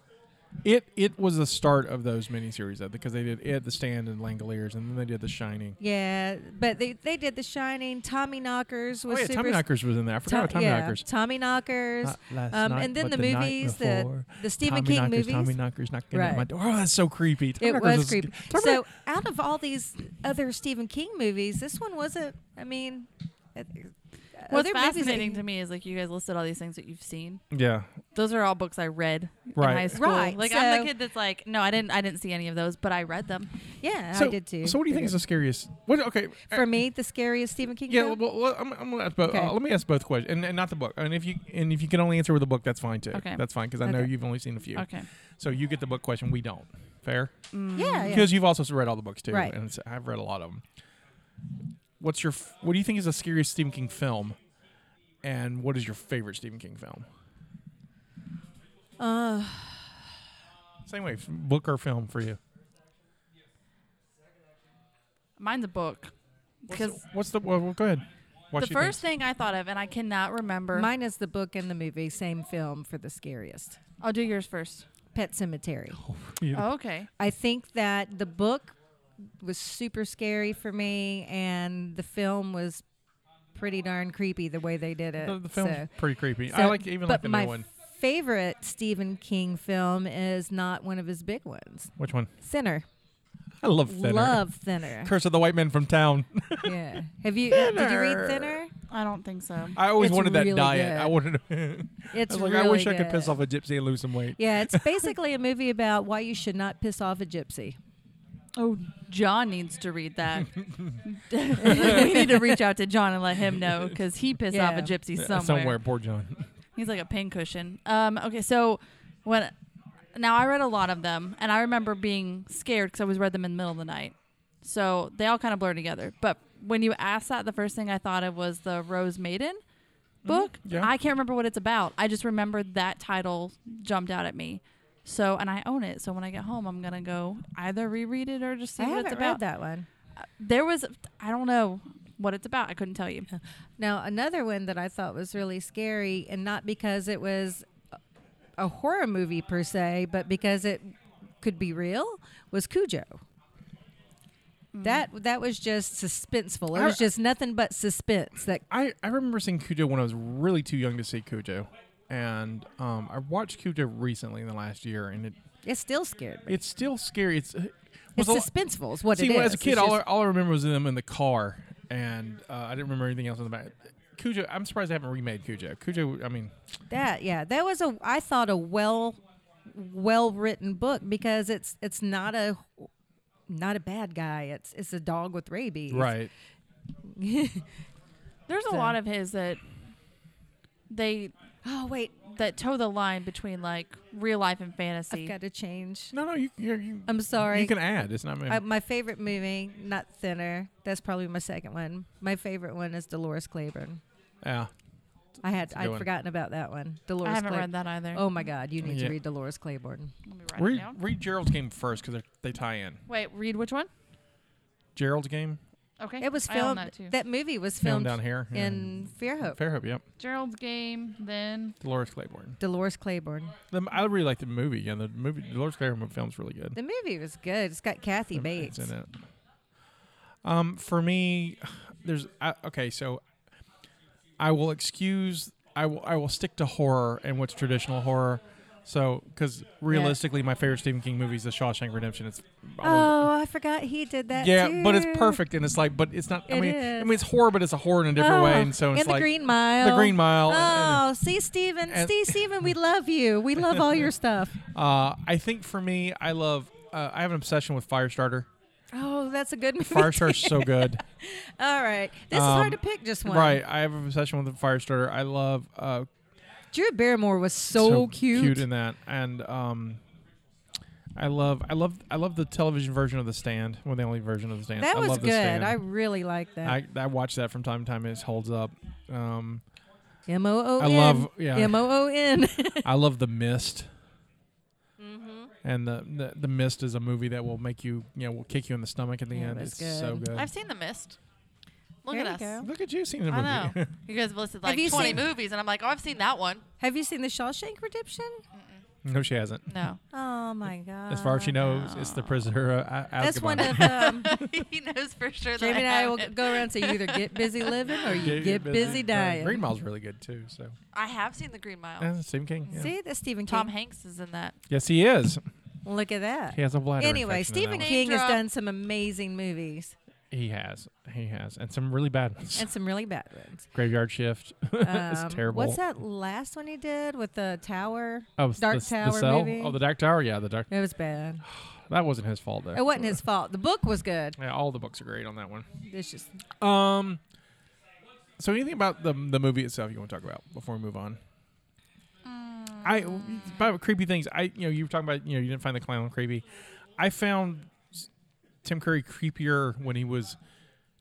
It it was the start of those miniseries though, because they did it, The Stand, and Langoliers, and then they did The Shining.
Yeah, but they, they did The Shining. Tommy Knockers
Oh
was
yeah,
super.
Tommy Knockers was in there. I forgot about
To-
Tommy
yeah,
Knockers.
Tommy Knockers.
Not last
um,
night,
and
but
then the,
the night
movies, the
before.
the Stephen
Tommy
King
Knockers,
movies.
Tommy Knockers knocking at my
Right.
door. Oh, that's so creepy. Tommy
it
Knockers
was creepy.
Tommy
So out of all these other Stephen King movies, this one wasn't. I mean, uh,
What's
other movies uh, that
fascinating
he-
to me is like you guys listed all these things that you've seen.
yeah,
Those are all books I read
Right.
in high school.
Right,
Like I'm
so-
the kid that's like, no, I didn't, I didn't see any of those, but I read them.
Yeah,
so,
I did too.
So what do you
I
think is
did.
the scariest? What? Okay,
for me the scariest Stephen King?
Yeah,
film?
well, well, I'm, I'm gonna ask both.
Okay.
Uh, let me ask both questions, and, and not the book. And if you and if you can only answer with a book, that's fine too.
Okay.
that's fine because I know
Okay.
you've only seen a few.
Okay.
So you get the book question. We don't. Fair.
yeah, yeah.
Because you've also read all the books too,
Right.
and it's, I've read a lot of them. What's your? f- What do you think is the scariest Stephen King film? And what is your favorite Stephen King film?
Uh,
Same way, f- book or film for you?
Mine's a book. Because
What's the? Well, well, go ahead. What
the
she
first
thinks.
thing I thought of, and I cannot remember.
mine is the book and the movie, same film for the scariest.
I'll do yours first.
Pet Cemetery.
You-
Oh, okay.
I think that the book was super scary for me, and the film was pretty darn creepy the way they did it.
The, the film's
So-
pretty creepy.
so-
I like even like
but
the
my
new one.
Favorite Stephen King film is not one of his big ones.
Which one?
Thinner,
I love Thinner.
love Thinner.
Curse of the White Men from Town.
yeah, have you? uh, Did you read
Thinner.
Thinner?
I don't think so.
I always
It's
wanted that
really
diet.
good.
I wanted. To
It's
I was like,
really
I wish I could
good.
piss off a gypsy and lose some weight.
Yeah, it's basically a movie about why you should not piss off a gypsy.
Oh, John needs to read that. we need to reach out to John and let him know because he pissed off a
Yeah.
gypsy
Yeah,
somewhere.
uh, poor John.
He's like a pincushion. Um, okay, so when now I read a lot of them, and I remember being scared because I always read them in the middle of the night. So they all kind of blur together. But when you asked that, the first thing I thought of was the Rose Maiden
Mm-hmm.
book.
yeah.
I can't remember what it's about. I just remember that title jumped out at me. So and I own it. So when I get home, I'm gonna go either reread it or just see
I
what
haven't
it's about.
read
Uh,
that one.
There was I don't know what it's about. I couldn't tell you.
Now, another one that I thought was really scary, and not because it was a- a horror movie per se, but because it could be real, was Cujo. That that was just suspenseful.
Mm.
It
I-
was just nothing but suspense. That
I, I remember seeing Cujo when I was really too young to see Cujo, and um, I watched Cujo recently in the last year, and it
it still scared me.
it's still scary. It's it
It's
was a lo-
suspenseful. Is what
See,
it is.
when as a
It's
kid, all,
just-
I, all I remember was them in the car, and uh, I didn't remember anything else in the back. Cujo, I'm surprised they haven't remade Cujo. Cujo, I mean,
That yeah, that was a I thought a well well written book because it's it's not a not a bad guy. It's it's a dog with rabies.
right?
There's a
So-
lot of his that they
Oh wait,
that toe the line between like real life and fantasy.
I've got to change.
No, no, you you're, you
I'm sorry.
you can add. It's not.
I, my favorite movie, not Thinner. That's probably my second one. My favorite one is Dolores Claiborne.
yeah,
I had
a good
I'd
one.
forgotten about that one.
I
Dolores.
haven't
Claib-
read that either.
Oh my God, you need
Yeah.
to read Dolores Claiborne.
Let me write it
read,
down.
read Gerald's game first because they tie in.
Wait, read which one?
Gerald's game
Okay,
It was
I own
filmed.
that too.
movie was
filmed
filmed,
down here yeah.
in Fairhope.
Fairhope. Yep,
Gerald's game. Then
Dolores Claiborne.
Dolores Claiborne.
The, I really like the movie. Yeah, the movie Dolores Claiborne film's really good.
The movie was good. It's got Kathy
Um,
Bates.
It's in it. Um, for me, there's I, okay. So I will excuse. I will. I will stick to horror and what's traditional horror. So, because realistically, my favorite Stephen King movie is The Shawshank Redemption. It's
Oh, I forgot he did that.
yeah, but it's
too.
perfect, and it's like, but it's not. I
It
mean, I
is.
mean, it's horror, but it's a horror in a different way,
Oh,
and so it's
and the
like
Green Mile.
The Green Mile,
Oh,
and-
see, Steven.
and-
Steve, Steven, we love you. We love all your stuff.
Uh, I think for me, I love. Uh, I have an obsession with Firestarter.
Oh, that's a good movie.
Firestarter's so good.
All right. This is
Um,
hard to pick just one.
Right, I have an obsession with Firestarter. I love uh,
Drew Barrymore was so, cute.
in that and um i love i love i love the television version of the stand well the only version of the stand
that
I
was
love
good.
the stand.
I really like that.
I, I watch that from time to time and it holds up um
M O O N.
I love- yeah.
M O O N.
i love the mist
Mm-hmm.
and the, the the mist is a movie that will make you you know will kick you in the stomach at the
Yeah, it
end
was
it's so
good.
good
I've seen The Mist. Look
There
at
you
us.
look at you seeing the movie
I know. You guys have listed like
you
20
seen-
movies, and I'm like, oh, I've seen that one.
Have you seen The Shawshank Redemption?
no she hasn't
No,
Oh my God.
as far as she knows it's the prisoner of A-
That's
Azkaban.
one of um,
he knows for sure that
Jamie and I
I,
will
haven't.
go around and say you either get busy living or you
Get-
get, busy dying. Oh.
Green Mile's really good too. So
I have seen The Green Mile.
and Stephen King. Yeah.
See, that's Stephen
Tom
King.
Hanks is in that.
Yes, he is.
Look at that.
He has a bladder.
Anyway,
infection in that
Stephen
one.
one.
King has
Name drop.
done some amazing movies
He has. He has. And some really bad ones.
and some really bad ones.
Graveyard Shift.
Um,
it's terrible.
What's that last one he did with the tower?
Oh, it's
Dark
the, the
Tower
cell?
movie?
Oh, the Dark Tower. Yeah, the Dark.
It was bad.
That wasn't his fault though.
It wasn't his fault. The book was good.
Yeah, all the books are great on that one.
It's just
Um. So, anything about the the movie itself you want to talk about before we move on? I about creepy things. I you know you were talking about you know you didn't find the clown creepy. I found s- Tim Curry creepier when he was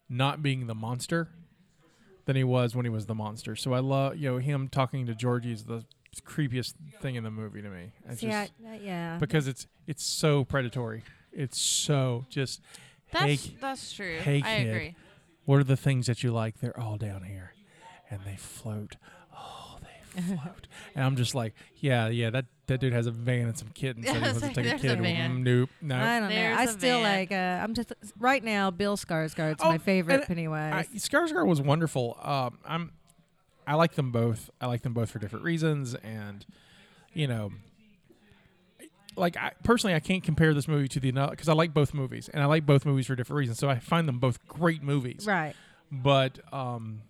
not being the monster than he was when he was the monster. So I love you know him talking to Georgie is the creepiest thing in the movie to me. It's
See, I-
just,
uh, yeah.
because it's it's so predatory. It's so just hey
That's
k-
that's true.
hey,
I
kid.
agree.
what are the things that you like? They're all down here, and they float. Oh, they float. and I'm just like, yeah, yeah, that, that dude has a van and some kittens. So he wants to take a
There's a
kid. Mm,
van.
Nope, no.
I don't know.
There's
I
a
still
van.
like. Uh, I'm just right now. Bill Skarsgård's
Oh,
my favorite
and
Pennywise.
I, Skarsgård was wonderful. Um, I'm, I like them both. I like them both for different reasons, and you know, like I, personally, I can't compare this movie to the another because I like both movies, and I like both movies for different reasons. So I find them both great movies,
right.
but um,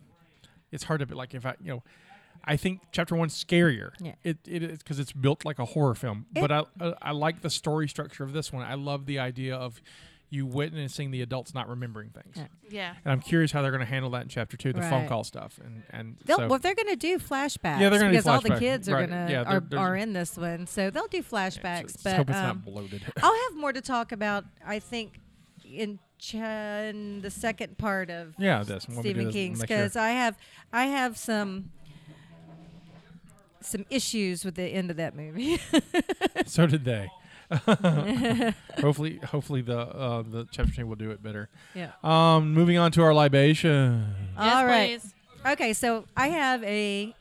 it's hard to be like if I, you know. I think chapter one's scarier.
Yeah.
It it is because it's built like a horror film.
It-
but I, I I like the story structure of this one. I love the idea of you witnessing the adults not remembering things.
Yeah.
Yeah.
And I'm curious how they're going to handle that in chapter two, the phone
Right.
call stuff, and and
They'll,
so
well, they're going to do flashbacks.
Yeah, they're gonna do
because all the
flashback.
kids are
Right.
going to
Yeah, they're-
are,
there's-
are in this one, so they'll do flashbacks.
Just
but
hope it's
um,
not bloated.
I'll have more to talk about. I think in, ch- in the second part of
yeah, this when we do this,
Stephen
we'll
King's
make sure.
because I have I have some some issues with the end of that movie.
so did they. hopefully, hopefully the uh, the chapter two will do it better.
yeah.
Um, moving on to our libation.
Yes,
All right.
please.
Okay, so I have a.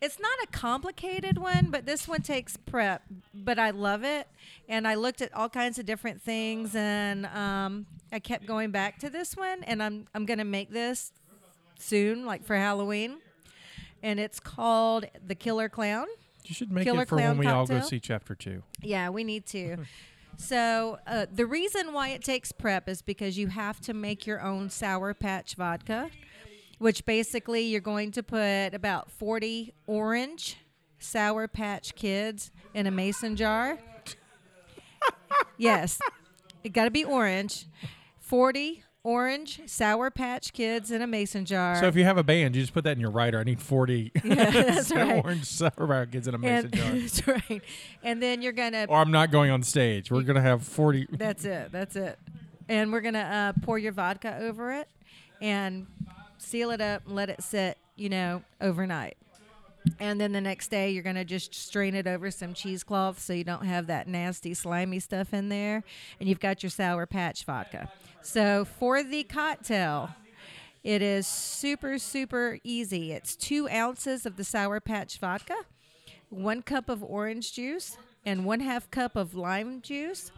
It's not a complicated one, but this one takes prep. But I love it, and I looked at all kinds of different things, and um, I kept going back to this one, and I'm I'm gonna make this soon, like for Halloween, and it's called the Killer Clown.
You should make
Killer
it for when
Clown
we all go
cocktail?
see chapter two.
Yeah, we need to. so uh, the reason why it takes prep is because you have to make your own sour patch vodka, which basically you're going to put about 40 orange sour patch kids in a mason jar. yes, it got to be orange. 40 orange sour patch kids in a mason jar.
So if you have a band, you just put that in your writer. I need forty
that's right.
orange sour kids in a mason
And,
jar,
that's right. And then you're going to
or I'm not going on stage. We're gonna have forty.
That's it. That's it. And we're gonna uh, pour your vodka over it and seal it up and let it sit, you know, overnight. And then the next day, you're gonna just strain it over some cheesecloth so you don't have that nasty slimy stuff in there. And you've got your sour patch vodka. So for the cocktail. It is super, super easy. It's two ounces of the Sour Patch vodka, one cup of orange juice, and one half cup of lime juice,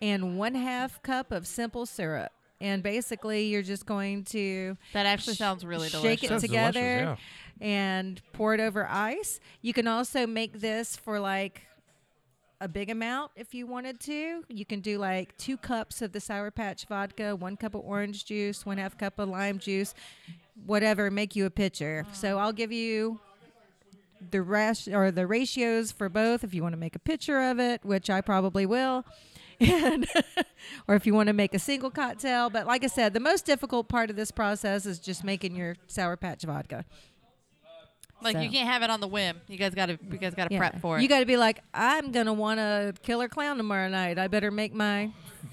and one half cup of simple syrup. And basically, you're just going to
That actually sounds really
shake it
Sounds
delicious.
together
delicious,
and pour it over ice. You can also make this for like a big amount if you wanted to. You can do like two cups of the Sour Patch vodka, one cup of orange juice, one half cup of lime juice, whatever, make you a pitcher. So I'll give you the rash or the ratios for both if you want to make a picture of it, which I probably will. And or if you want to make a single cocktail, but like I said, the most difficult part of this process is just making your sour patch vodka.
Like
So-
you can't have it on the whim. You guys gotta you guys gotta prep for it.
You got to be like, I'm gonna want a killer clown tomorrow night. I better make my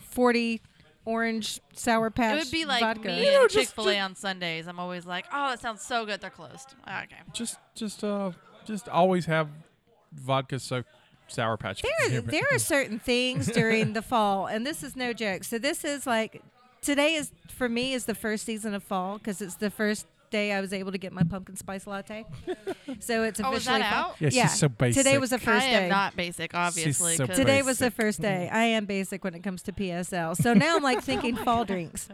forty orange sour
it
patch.
would be like
vodka.
me and Chick Fil A on Sundays. I'm always like, oh, that sounds so good. They're closed. Ah, Okay.
Just, just, uh, just always have vodka soaked sour patch. Kids in
there,
your
there are certain things during the fall, and this is no joke. So this is like today is for me is the first season of fall because it's the first day I was able to get my pumpkin spice latte. So it's
Oh,
officially
is that
fall.
out?
Yeah, she's so basic.
Today was the first
I
day.
am not basic, obviously.
so
'cause-
basic.
Today was the first day.
Mm-hmm.
I am basic when it comes to PSL. So now I'm like thinking
Oh
fall drinks.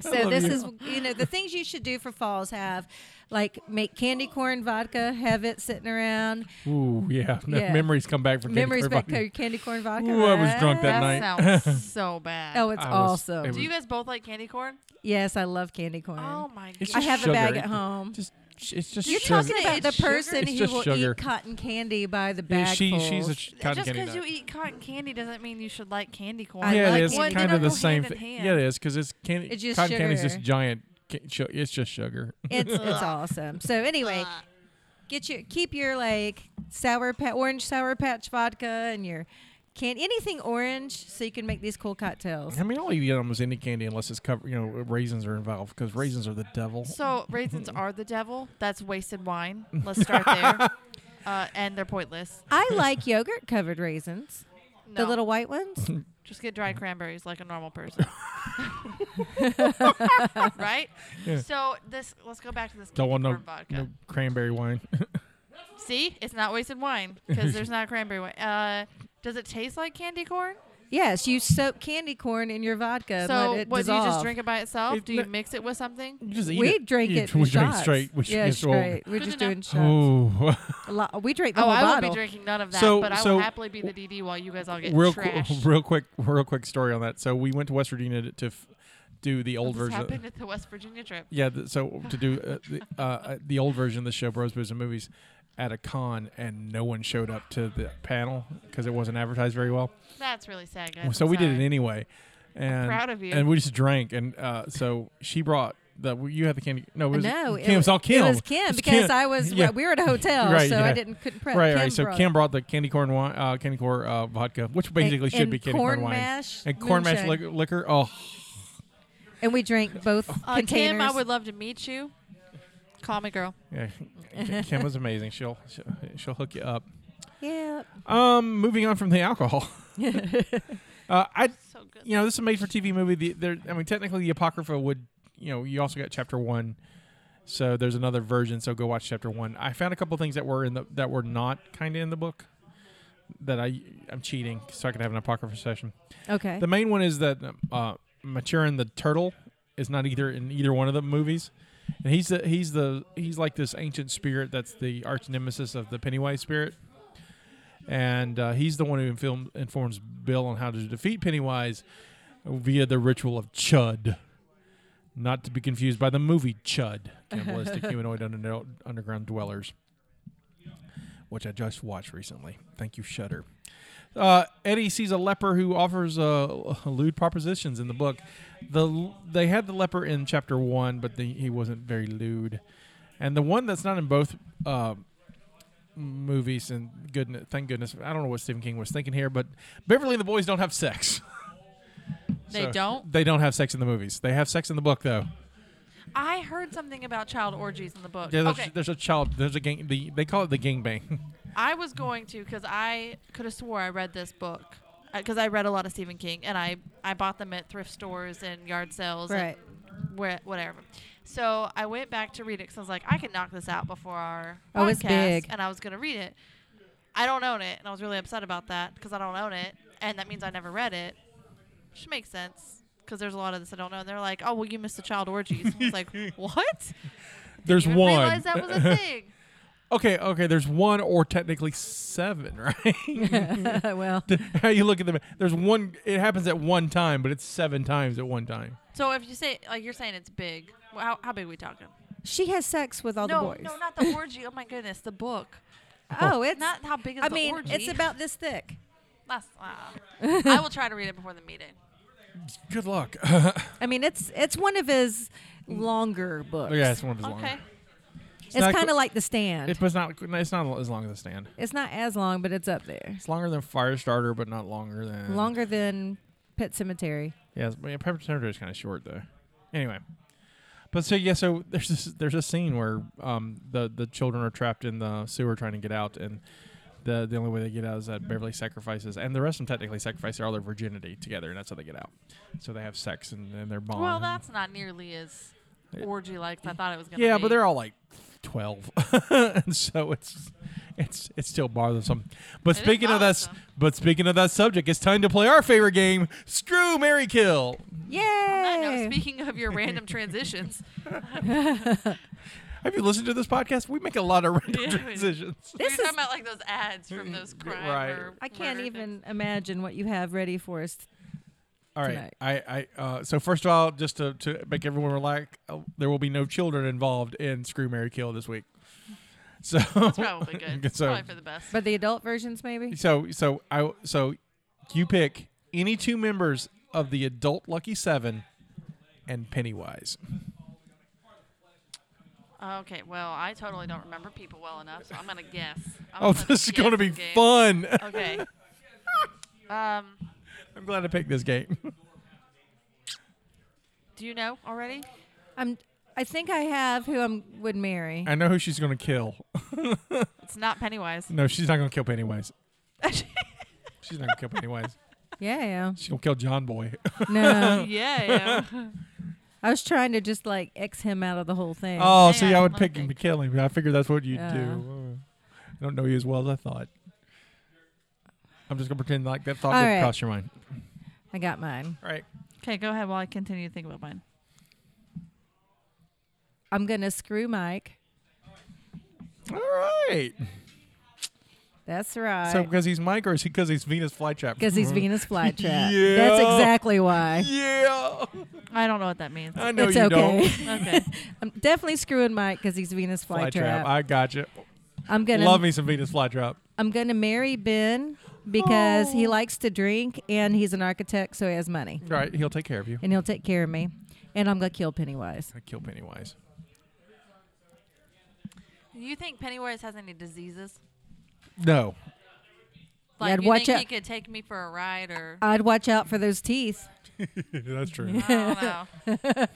So
love
this
you.
is you know the things you should do for falls have like make candy corn vodka, have it sitting around.
Ooh, yeah. No,
Yeah.
Memories come back from
Memories
Candy
back
Crush.
candy corn vodka.
Ooh, I was drunk
that
that night.
sounds so bad.
Oh, it's
I was-
awesome.
it
Do you guys both like candy corn?
yes, I love candy corn.
Oh my
It's just
god.
I have a
sugar.
bag
It-
at home.
Just, it's just
You're
sugar.
talking about the
It's sugar?
person
It's
who
just
will
sugar.
eat cotton candy by the
Yeah,
bag.
she, she's a ch- cotton
Just
candy
because
nut.
you eat cotton candy doesn't mean you should like candy corn.
I
yeah,
like
it is
candy.
kind
They
of the
don't go
same thing. Yeah, it is because it's candy.
It's just
cotton candy's just
sugar.
giant. ca- shu- It's just sugar.
it's it's awesome. So anyway,
Uh.
get your keep your like sour pat orange sour patch vodka and your can anything orange so you can make these cool cocktails.
I mean, I'll eat almost any candy unless it's covered. You know, raisins are involved because raisins are the devil.
So raisins are the devil. That's wasted wine. Let's start there. uh, and they're pointless.
I like yogurt covered raisins,
No,
the little white ones.
just get
Mm-hmm.
dried cranberries like a normal person. right?
Yeah.
So this let's go back to this
Don't
candy
want no,
corn vodka.
no cranberry wine.
See, it's not wasted wine because there's not cranberry wine. Uh, does it taste like candy corn?
Yes, you soak candy corn in your vodka. and
so,
let it
what do you just
dissolve.
drink it by itself?
It-
do you
no-
mix it with something?
You just eat
We
it.
drink
You-
it. in
We drink
shots.
straight. We
yeah,
just- well,
straight. We're
Good
just
enough.
doing shots.
Oh,
A lot- We drink the
Oh,
whole
I
bottle.
won't be drinking none of that,
So-
but I
so-
will happily be the DD while you guys all get
real, qu-
trashed.
real quick, real quick story on that. So we went to West Virginia to, to f- do the old
This
version.
happened at the West Virginia trip.
Yeah, th- so to do uh, the, uh, uh, the old version of the show, Bros, Booze, and Movies, at a con, and no one showed up to the panel because it wasn't advertised very well.
That's really sad, guys.
so
I'm
we did it
sorry.
anyway. And,
proud of you.
And we just drank, and uh, so she brought the you had the candy. No, it was
no,
Kim. It was all Kim.
It was Kim
It's
because I was
Yeah.
we were at a hotel,
Right,
so
yeah.
I didn't couldn't prep.
right,
Kim
right. So
brought-
Kim brought the candy corn wine, uh, candy corn uh, vodka, which basically should
and
be candy
corn
corn wine
mash
and corn mash
moonshine.
liquor. liquor. Oh,
and we drank both
Uh,
containers.
Kim, I would love to meet you. Call me, girl.
yeah. Kim was amazing. She'll she'll, she'll hook you up.
yeah,
Um, moving on from the alcohol. uh, I,
So good.
you know, this is a made-for-TV movie. The, there, I mean, technically, the Apocrypha would, you know, you also got Chapter One, so there's another version. So go watch Chapter One. I found a couple things that were in the that were not kind of in the book. That I I'm cheating so I could have an Apocrypha session.
okay.
The main one is that uh, Maturin the turtle is not either in either one of the movies, and he's the he's the he's like this ancient spirit that's the arch nemesis of the Pennywise spirit, and uh, he's the one who inform, informs Bill on how to defeat Pennywise via the ritual of Chud, not to be confused by the movie Chud, cannibalistic humanoid under, underground dwellers, which I just watched recently. Thank you, Shudder. Uh, Eddie sees a leper who offers uh, lewd propositions in the book. The they had the leper in chapter one, but the, he wasn't very lewd. And the one that's not in both uh, movies, and goodness, thank goodness, I don't know what Stephen King was thinking here, but Beverly and the boys don't have sex.
They
So,
don't?
They don't have sex in the movies. They have sex in the book, though.
I heard something about child orgies in the book.
Yeah, there's,
okay,
there's a child. There's a gang. The, they call it the gang bang.
I was going to because I could have swore I read this book because I read a lot of Stephen King and I I bought them at thrift stores and yard sales
right.
and where, whatever. So I went back to read it because I was like I can knock this out before our
Oh,
podcast
it's big.
and I was gonna read it. I don't own it and I was really upset about that because I don't own it and that means I never read it, which makes sense. Because there's a lot of this I don't know, and they're like, "Oh, well, you missed the child orgies." And I was like, "What?"
There's
Didn't even
one.
Realize that was a thing.
okay, okay. There's one, or technically seven, right?
well,
how you look at them. There's one. It happens at one time, but it's seven times at one time.
So if you say like you're saying it's big, well, how, how big we talking?
she has sex with all
no,
Oh, the boys.
no, not the orgy. Oh my goodness, the book.
oh, it's
Not how big is
I
the
mean,
orgy.
it's about this thick.
That's, wow. I will try to read it before the meeting.
Good luck.
I mean, it's it's one of his longer books.
yeah, it's one of his
Okay.
longer.
it's
not
kind
qu-
of like The Stand.
It was not. It's not as long as the stand.
it's not as long, but it's up there.
It's longer than Firestarter, but not longer than
Longer than Pet Cemetery.
Yeah, it's- yeah Pepper Cemetery is kind of short though. Anyway, but so yeah, so there's this, there's a scene where um the the children are trapped in the sewer trying to get out, and the the only way they get out is that Beverly sacrifices, and the rest of them technically sacrifice their all their virginity together, and that's how they get out. So they have sex and, and they're bond.
Well,
and-
that's not nearly as orgy like I thought it was gonna
yeah,
be.
but they're all like twelve, and so it's it's it's still bothersome. But
It is
speaking of that, s-
bothersome.
but speaking of that subject, it's time to play our favorite game: Screw, Mary, Kill.
Yay!
I know, speaking of your random transitions,
Have you listened to this podcast? We make a lot of random
Yeah, we do.
transitions.
you're
This
talking
is-
about like those ads from those crime.
Right.
Or
I can't
murder
even
things.
imagine what you have ready for us.
All right.
Tonight.
I, I uh, so first of all, just to, to make everyone relax, uh, there will be no children involved in Screw Mary Kill this week. So
It's probably good. It's
So-
probably for the best.
But the adult versions, maybe.
so so I so you pick any two members of the adult Lucky Seven and Pennywise.
Okay. Well, I totally don't remember people well enough, so I'm gonna guess. I'm
Oh,
gonna
this is
guess
going to
the
be
game.
fun.
Okay. um,
I'm glad I picked this game.
do you know already?
I'm. I think I have who I'm would marry.
I know who she's going to kill.
It's not Pennywise.
No, she's not going to kill Pennywise. She's not going to kill Pennywise.
Yeah,
She's going to kill John Boy.
yeah. No,
yeah, yeah.
I was trying to just like X him out of the whole thing.
Oh,
Hang
see,
on,
I would
let me
pick him to
think.
kill him. I figured that's what you'd
Yeah.
do. Oh. I don't know you as well as I thought. I'm just gonna pretend like that thought
All
didn't
right.
cross your mind.
I got mine.
All right.
Okay, go ahead while I continue to think about mine.
I'm gonna screw Mike.
All right.
That's right.
So because he's Mike, or is he because he's Venus flytrap? Mm-hmm.
because he's Venus flytrap.
Yeah.
That's exactly why.
Yeah.
I don't know what that means.
I know
it's
you
okay.
don't.
Okay.
I'm definitely screwing Mike because he's Venus
Flytrap.
flytrap.
I got you.
I'm gonna
Love me some Venus flytrap.
I'm gonna marry Ben because he likes to drink and he's an architect, so he has money
All right. He'll take care of you.
and he'll take care of me. And I'm gonna kill Pennywise.
I kill Pennywise.
Do you think Pennywise has any diseases?
No.
Like,
I'd
you
watch
think
out-
he could take me for a ride or?
I'd watch out for those teeth.
That's true.
I don't know.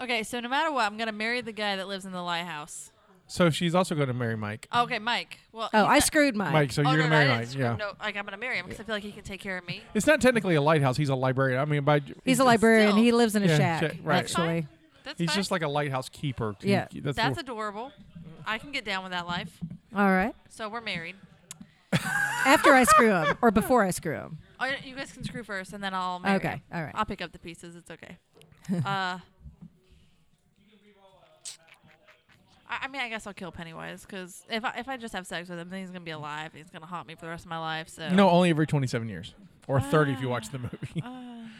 okay, so no matter what, I'm gonna marry the guy that lives in the lighthouse.
So she's also going to marry Mike.
Okay, Mike. Well,
Oh,
he's
I
not-
screwed Mike.
Mike. So
Oh,
you're going
no,
to
no, I
marry
didn't
Mike.
screw-
Yeah.
No, like I'm gonna marry him because I feel like he can take care of me.
It's not technically a lighthouse. He's a librarian. I mean, by
He's a librarian.
Still.
he lives in a
Yeah,
shack,
shack, right. That's
actually.
fine. That's
He's
fine.
just like a lighthouse keeper. He-
Yeah.
that's,
that's
the-
adorable. I can get down with that life.
All right.
So we're married.
After I screw him or before I screw him.
Oh, you- you guys can screw first, and then I'll marry.
Okay,
him.
all right.
I'll pick up the pieces. It's okay. uh, I, I mean, I guess I'll kill Pennywise because if I, if I just have sex with him, then he's gonna be alive. He's gonna haunt me for the rest of my life. So
no, only every 27 years or 30 if you watch
Ah.
the movie.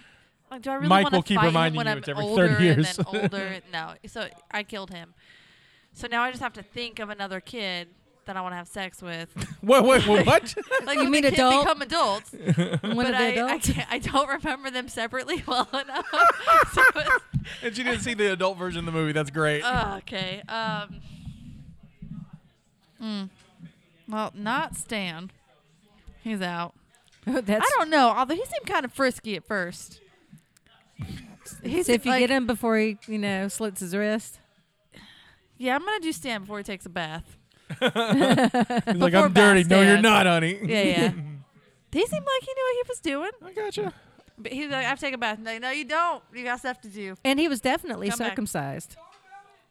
Like, do I really
Mike
wanna
will keep
fight him
reminding
when
you
I'm
it's every
older
30 years.
And then older, no. So I killed him. So now I just have to think of another kid that I want to have sex with.
wait, wait, wait, what?
Like
You
when
mean
the kids
adult?
become adults,
One
but
of the
I, I,
adults.
can't, I don't remember them separately well enough. so it's,
and she didn't see the adult version of the movie. That's great.
oh, okay. Um. mm. Well, not Stan. He's out.
That's
I don't know. Although he seemed kind of frisky at first. He's
so if you
like-
get him before he, you know, slits his wrist.
Yeah, I'm gonna do Stan before he takes a bath.
He's like,
before
I'm dirty. No, you're
Bastet.
not, honey.
Yeah, yeah. he seemed like he knew what he was doing.
I gotcha.
But he's like, I have to take a bath. Like, no, you don't. You got stuff to do.
And he was definitely
Come back.
circumcised.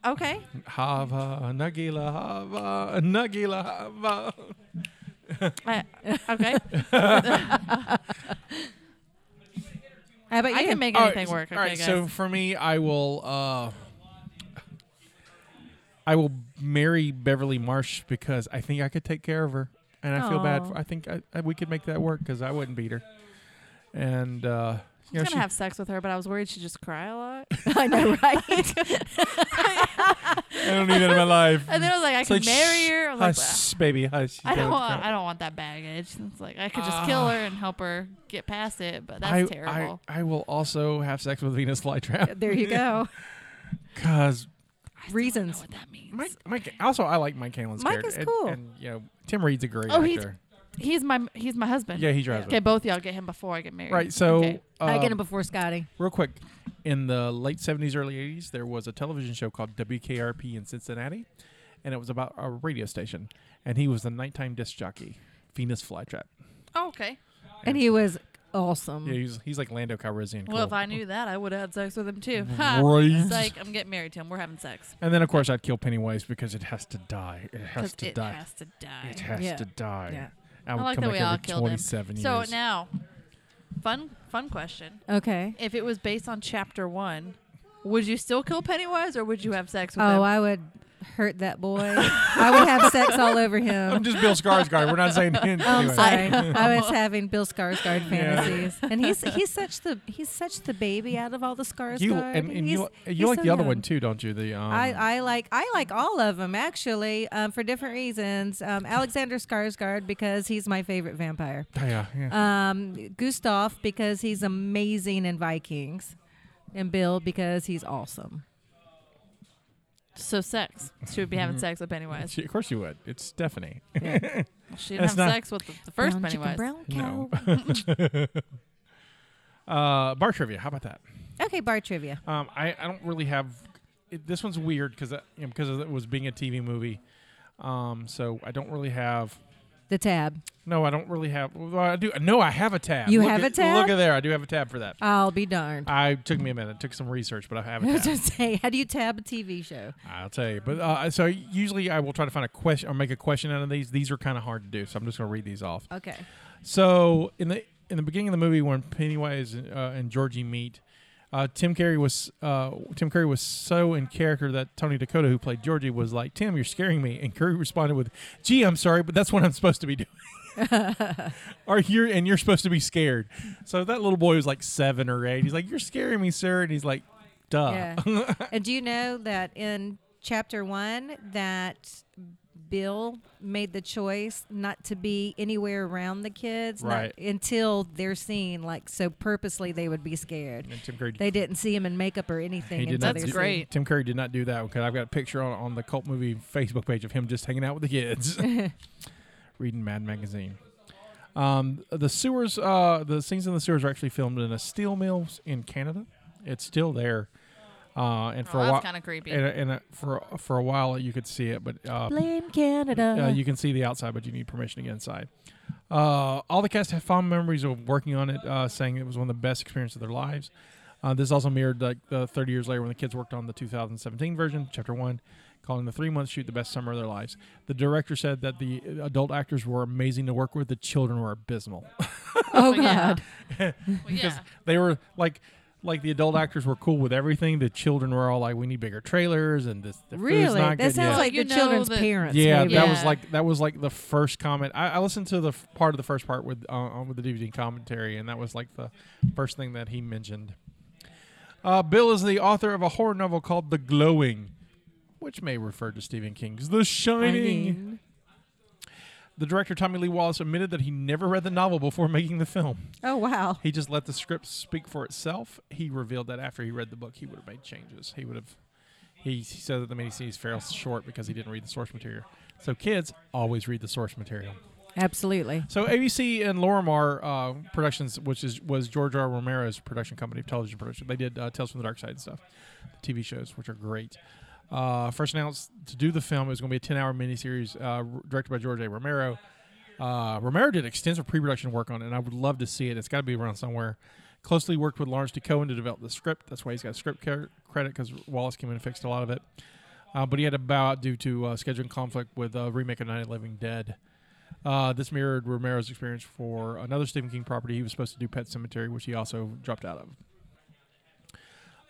Okay.
Hava, Nagila, Hava, Nagila, Hava.
I, okay.
How about you?
I can make
All
anything
right,
work. Okay,
all right,
guys.
so for me, I will. Uh, I will marry Beverly Marsh because I think I could take care of her, and I feel bad.
Aw.
For, I think I, I, we could make that work because I wouldn't beat her. And uh,
I
you know,
was gonna
she-
have sex with her, but I was worried she'd just cry a lot.
I know, right?
I don't need that in my life.
And then I was like, I
It's
can
like,
marry
"Shh,
her. I was like, "Bah,
hush, baby, hush.
I don't want.
cry."
I don't want that baggage. It's like I could just kill
Ah.
her and help her get past it. But that's
I-
terrible.
I, I will also have sex with Venus flytrap
there you go.
because
I still don't know
Reasons.
what that means.
Mike, Mike. Also, I like Mike Hanlon's
Mike
character.
is
and-
cool.
And, you know, Tim Reed's a great
Oh,
actor.
he's- He's my he's my husband.
yeah, he's your
Okay,
husband.
both y'all get him before I get married.
Right. So,
Okay.
I get
um,
him before Scotty.
Real quick, in the late 70s, early 80s, there was a television show called WKRP in Cincinnati, and it was about a radio station. And he was the nighttime disc jockey, Venus Flytrap.
Oh, okay.
And he was awesome.
Yeah, he's, he's like Lando Calrissian.
Well, if
cool.
I knew that, I would have had sex with him too. Ha.
Right.
It's like I'm getting married to him. We're having sex.
And then, of course, I'd kill Pennywise because it has to die. It
'Cause
has to
it
die.
has to
it
die.
has
Yeah.
to die.
Yeah.
I
I
would
like
come back
that we all
every
killed him.
27
So
years.
now, fun fun question.
Okay.
If it was based on chapter one, would you still kill Pennywise or would you have sex with him?
Oh, I would hurt that boy. I would have sex all over
I'm
him.
just Bill Skarsgård. We're not saying him.
I'm
anyway.
sorry. Um, I was having Bill Skarsgård fantasies, and he's he's such the he's such the baby out of all the Skarsgård.
You, and, and you,
He's-
you
he's
like
so
the other
young.
one, too, don't you? The um,
I, I like I like all of them actually um, for different reasons. Um, Alexander Skarsgård because he's my favorite vampire.
yeah, yeah.
Um, Gustav because he's amazing in Vikings, and Bill because he's awesome.
so sex. She would be having sex with Pennywise.
Mm-hmm. She- of course you would. It's Stephanie.
She didn't
That's
have
not-
sex with the, the first
brown chicken,
Pennywise.
brown
No.
cow.
Uh, bar trivia. How about that?
Okay, bar trivia.
Um, I, I don't really have. It, this one's uh, weird because because it was being a TV movie. Um, so I don't really have.
the tab.
No, I don't really have. Well, I do. No, I have a tab.
You
Look
have
at-
a tab?
Look at there. I do have a tab for that.
I'll be darned.
I took me a minute. Took some research, but I have
I
a
was
tab.
gonna say, how do you tab a TV show?
I'll tell you. But uh, so usually I will try to find a question or make a question out of these. These are kind of hard to do, so I'm just going to read these off.
Okay.
So in the in the beginning of the movie, when Pennywise uh, and Georgie meet, uh, Tim Curry was uh, Tim Curry was so in character that Tony Dakota, who played Georgie, was like, "Tim, you're scaring me." And Curry responded with, "Gee, I'm sorry, but that's what I'm supposed to be doing." Or you're and you're supposed to be scared. So that little boy was like seven or eight. He's like, "You're scaring me, sir," and he's like, "Duh."
Yeah. and do you know that in chapter one that Bill made the choice not to be anywhere around the kids not-
Right.
until they're seen, like so purposely they would be scared.
And Tim Curry
They didn't see him in makeup or anything.
He did
until
not
they're
do,
That's great.
Tim Curry did not do that because I've got a picture on, on the cult movie Facebook page of him just hanging out with the kids, reading Mad Magazine. Um, the sewers, uh, the scenes in the sewers are actually filmed in a steel mill in Canada. It's still there, uh, and for
Oh,
a
that's
while,
kinda creepy.
And, and uh, for for a while, you could see it, but uh,
Blame Canada.
uh, you can see the outside, but you need permission to get inside. Uh, all the cast have fond memories of working on it, uh, saying it was one of the best experiences of their lives. Uh, this also mirrored like the 30 years later when the kids worked on the 2017 version, Chapter One, calling the three-month shoot the best summer of their lives. The director said that the adult actors were amazing to work with; the children were abysmal.
oh
Well, yeah.
God.
Well, yeah.
they were like. Like the adult actors were cool with everything. The children were all like, "We need bigger trailers," and this the food's
Really?
not
That
good.
sounds
Yeah.
like
You
the
know
children's
that-
parents.
Yeah,
maybe.
that was
Yeah.
like that was like the first comment. I, I listened to the f- part of the first part with uh, on with the DVD commentary, and that was like the first thing that he mentioned. Uh, Bill is the author of a horror novel called *The Glowing*, which may refer to Stephen King's *The Shining*. The director Tommy Lee Wallace admitted that he never read the novel before making the film.
Oh wow.
He just let the script speak for itself. He revealed that after he read the book, he would have made changes. He would have. He, he said that the miniseries fell short because he didn't read the source material. So kids always read the source material.
Absolutely.
So ABC and Lorimar uh, Productions, which is was George R. R. Romero's production company of television production, they did uh, Tales from the Dark Side and stuff, the TV shows, which are great. Uh, first announced to do the film, it was going to be a ten-hour miniseries uh, r- directed by George A. Romero. Uh, Romero did extensive pre-production work on it, and I would love to see it. It's got to be around somewhere. Closely worked with Lawrence D. Cohen to develop the script. That's why he's got script car- credit because Wallace came in and fixed a lot of it. Uh, but he had to bow out due to uh, scheduling conflict with uh, remake of Night of the Living Dead. Uh, this mirrored Romero's experience for another Stephen King property. He was supposed to do Pet Cemetery, which he also dropped out of.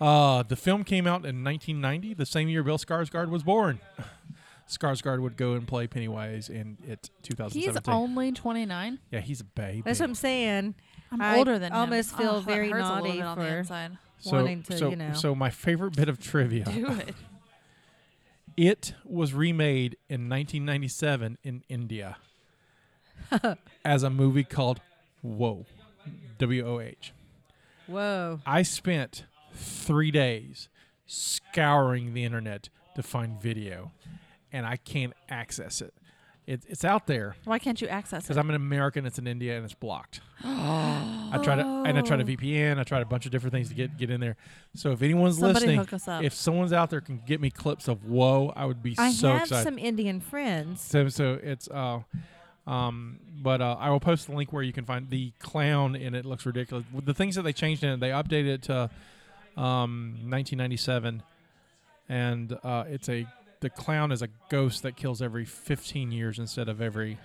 Uh, the film came out in 1990, the same year Bill Skarsgård was born. Skarsgård would go and play Pennywise in it 2017.
He's only 29.
yeah, he's a baby.
That's what I'm saying.
I'm
I
older than him.
almost feel
Oh, that
very
hurts a little
naughty
bit on the
for-
inside.
so,
wanting to,
so,
you know.
so my favorite bit of trivia.
Do it.
It was remade in 1997 in India as a movie called Whoa, W O H.
Whoa.
I spent three days scouring the internet to find video, and I can't access it. it it's out there
Why can't you access
because
it?
I'm an American. It's in India, and it's blocked. I tried to, and I tried
Oh.
a VPN. I tried a bunch of different things to get get in there. So if anyone's
Somebody
listening,
hook us up.
if someone's out there can get me clips of whoa, I would be
I
so
have
excited.
some Indian friends.
So so it's uh um but uh, I will post the link where you can find the clown and it looks ridiculous. With The things that they changed in it, they updated it to um 1997 and uh it's a the clown is a ghost that kills every 15 years instead of every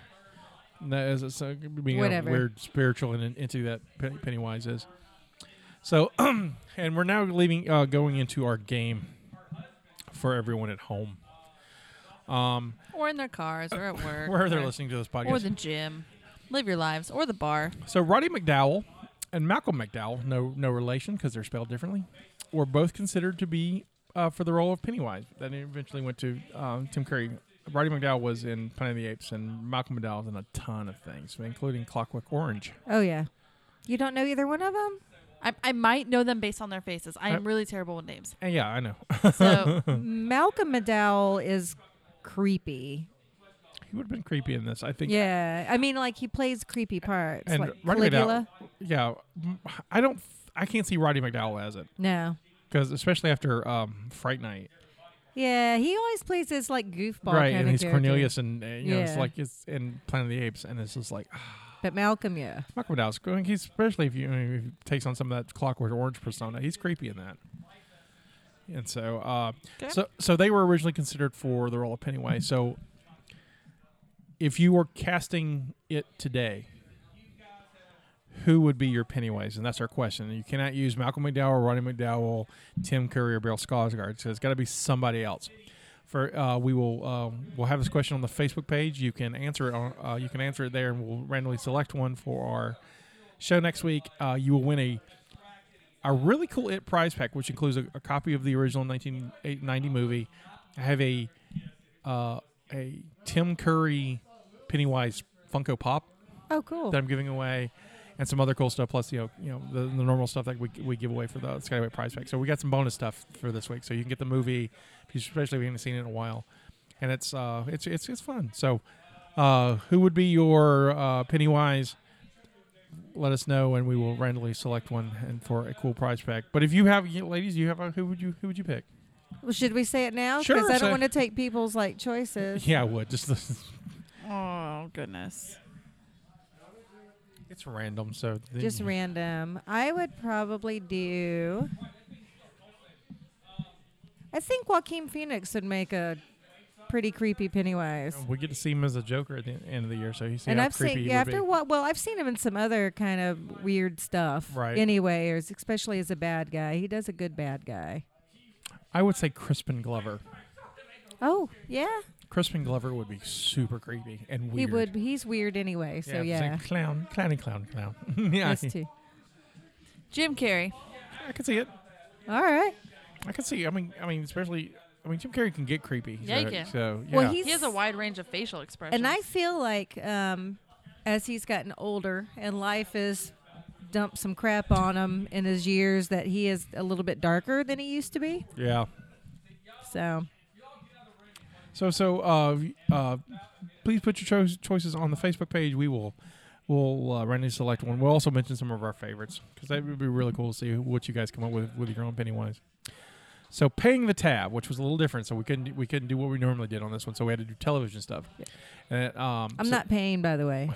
that is it's a, being a
Whatever.
weird spiritual and entity that Pen- Pennywise is. So and we're now leaving uh, going into our game for everyone at home. Um
Or in their cars, or at work,
wherever they're
or-
listening to this
or
podcast.
the gym. Live your lives, or the bar.
so Roddy McDowell and Malcolm McDowell, no no relation because they're spelled differently, were both considered to be uh, for the role of Pennywise. That eventually went to um, Tim Curry. Roddy McDowell was in Planet of the Apes, and Malcolm McDowell was in a ton of things, including Clockwork Orange.
Oh yeah. You don't know either one of them?
I, I might know them based on their faces. I
Uh,
am really terrible with names.
And yeah, I know
So
Malcolm McDowell is creepy.
he would have been creepy in this. I think.
Yeah, I mean, like he plays creepy parts,
and
like
Roddy
Caligula.
McDowell. Yeah, I don't. I can't see Roddy McDowell as it
No,
because especially after um, Fright Night.
Yeah, he always plays this like goofball
right,
kind
and
of
he's
character.
Cornelius, and uh, you know, it's
Yeah.
like it's in Planet of the Apes, and it's just like ah,
But Malcolm, yeah.
Malcolm McDowell's going. He's especially if you if he takes on some of that Clockwork Orange persona, he's creepy in that. And so, uh,
Okay.
so so they were originally considered for the role of Pennywise. So, if you were casting it today, who would be your Pennywise? And that's our question. You cannot use Malcolm McDowell, Ronnie McDowell, Tim Curry, or Bill Skarsgård. So it's got to be somebody else. For uh, we will um, we'll have this question on the Facebook page. You can answer it. On, uh, you can answer it there, and we'll randomly select one for our show next week. Uh, you will win a a really cool it prize pack, which includes a, a copy of the original 1990 movie. I have a uh, a Tim Curry Pennywise Funko Pop
Oh, cool.
that I'm giving away, and some other cool stuff. Plus, you know, you know the, the normal stuff that we, we give away for the Skyway Prize Pack. So we got some bonus stuff for this week. So you can get the movie, if you- especially if you haven't seen it in a while, and it's uh, it's it's it's fun. So, uh, who would be your uh, Pennywise? Let us know, and we will randomly select one and for a cool prize pack. But if you have, you- ladies, you have a, who would you who would you pick?
Well, should we say it now?
Sure,
I
say-
don't want to take people's like choices.
Yeah, I would just
Oh goodness.
it's random. So the-
Just random. I would probably do. I think Joaquin Phoenix would make a pretty creepy Pennywise.
We get to see him as a Joker at the end of the year, so he's
and
how
I've
creepy
seen
he
yeah,
would be.
after what well I've seen him in some other kind of weird stuff.
Right.
Anyway, or s- especially as a bad guy, he does a good bad guy.
I would say Crispin Glover.
Oh yeah,
Crispin Glover would be super creepy and weird.
he would. He's weird anyway. So
I'm
yeah,
saying clown, clowny, clown, clown. yeah,
us too.
Jim Carrey.
I can see it.
All right.
I can see. I mean, I mean, especially. I mean, Jim Carrey can get creepy.
Yeah, he
so,
can.
So yeah.
Well, he's-
He has a wide range of facial expressions.
And I feel like um, as he's gotten older and life has dumped some crap on him in his years, that he is a little bit darker than he used to be.
yeah.
So
So so uh, uh, please put your cho- choices on the Facebook page. We will we'll uh, randomly select one. We'll also mention some of our favorites because that would be really cool to see what you guys come up with with your own Pennywise. So paying the tab, which was a little different, so we couldn't we couldn't do what we normally did on this one. So we had to do television stuff. And, um,
I'm
so-
not paying, by the way.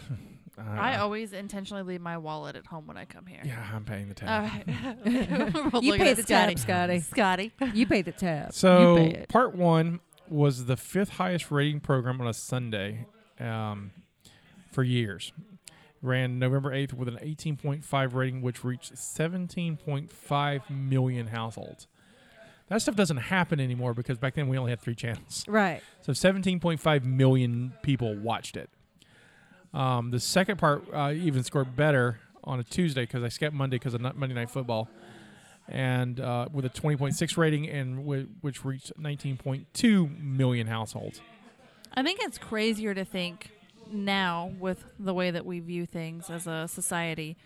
uh,
I always intentionally leave my wallet at home when I come here.
yeah, I'm paying the tab.
Uh,
All right. We'll
You
look
pay
at
the
Scotty.
tab, Scotty.
Scotty.
You pay the tab.
You
So
pay it.
part one was the fifth highest rating program on a Sunday um, for years. Ran November 8th with an 18.5 rating, which reached 17.5 million households. That stuff doesn't happen anymore because back then we only had three channels.
Right.
So 17.5 million people watched it. Um, the second part uh, even scored better on a Tuesday because I skipped Monday because of not Monday Night Football, and uh, with a 20.6 rating and w- which reached 19.2 million households.
I think it's crazier to think now with the way that we view things as a society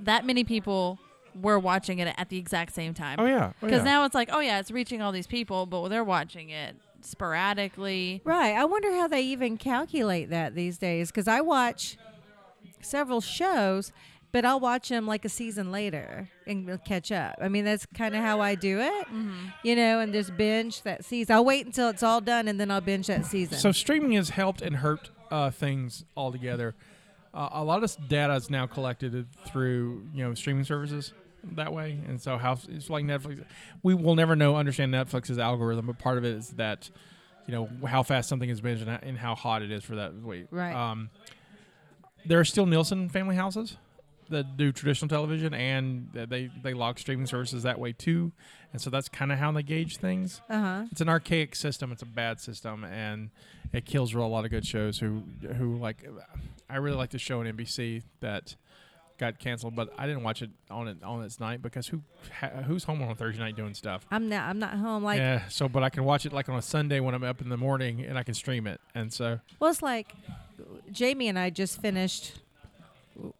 that many people were watching it at the exact same time.
Oh, yeah,
Because now it's like, oh yeah, it's reaching all these people, but they're watching it sporadically.
Right. I wonder how they even calculate that these days because I watch several shows, but I'll watch them like a season later and we'll catch up. I mean, that's kind of how I do it, you know, and just binge that season. I'll wait until it's all done and then I'll binge that season.
So streaming has helped and hurt uh, things altogether. Uh, a lot of data is now collected through you know streaming services that way, and so how it's like Netflix. We will never know understand Netflix's algorithm, but part of it is that you know how fast something is binged and, how- and how hot it is for that week.
Right.
Um, there are still Nielsen family houses that do traditional television, and that they they log streaming services that way too, and so that's kind of how they gauge things
uh huh.
it's an archaic system. It's a bad system, and it kills a lot of good shows. Who who like, I really like the show on NBC that got canceled, but I didn't watch it on it on its night because who ha, who's home on a Thursday night doing stuff?
I'm not. I'm not home. Like,
yeah, so but I can watch it like on a Sunday when I'm up in the morning, and I can stream it. And so
well, it's like Jamie and I just finished w-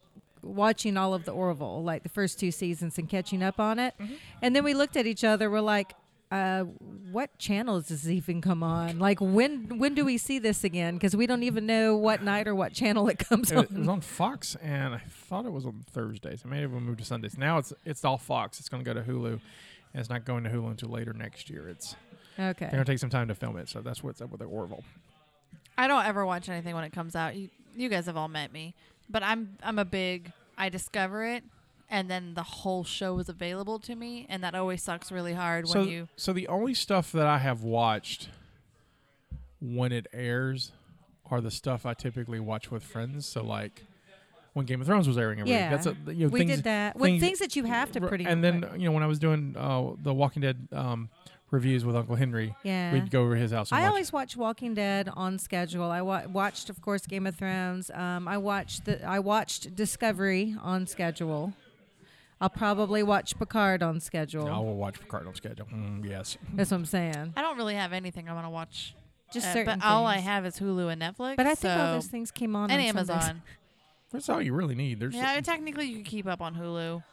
watching all of the Orville, like the first two seasons, and catching up on it.
Mm-hmm.
And then we looked at each other. We're like, uh, "What channels does this even come on? Like, when when do we see this again? Because we don't even know what night or what channel it comes
it, it was
on."
on Fox, and I thought it was on Thursdays. I may have moved to Sundays. Now it's it's all Fox. It's going to go to Hulu. And it's not going to Hulu until later next year. It's
Okay.
They're gonna take some time to film it, so that's what's up with the Orville.
I don't ever watch anything when it comes out. You, you guys have all met me, but I'm I'm a big. I discover it, and then the whole show is available to me, and that always sucks really hard
So,
when you.
so the only stuff that I have watched when it airs are the stuff I typically watch with friends. So like when Game of Thrones was airing every
Yeah.
week, that's a you know
we
things,
did that. When things that you have to
Ri-
pretty
and then you know when I was doing uh, the Walking Dead um, reviews with Uncle Henry,
Yeah.
we'd go over to his house. And
I
watch
always watch Walking Dead on schedule. I wa- watched, of course, Game of Thrones. Um, I watched the I watched Discovery on schedule. I'll probably watch Picard on schedule.
I will watch Picard on schedule. Mm, yes,
That's what I'm saying.
I don't really have anything I want to watch.
Just
uh,
certain.
but all I
things.
have is Hulu and Netflix.
But I think all those
so-
things came on
and
on Sundays.
Amazon.
that's all you really need. There's
yeah, technically you can keep up on Hulu.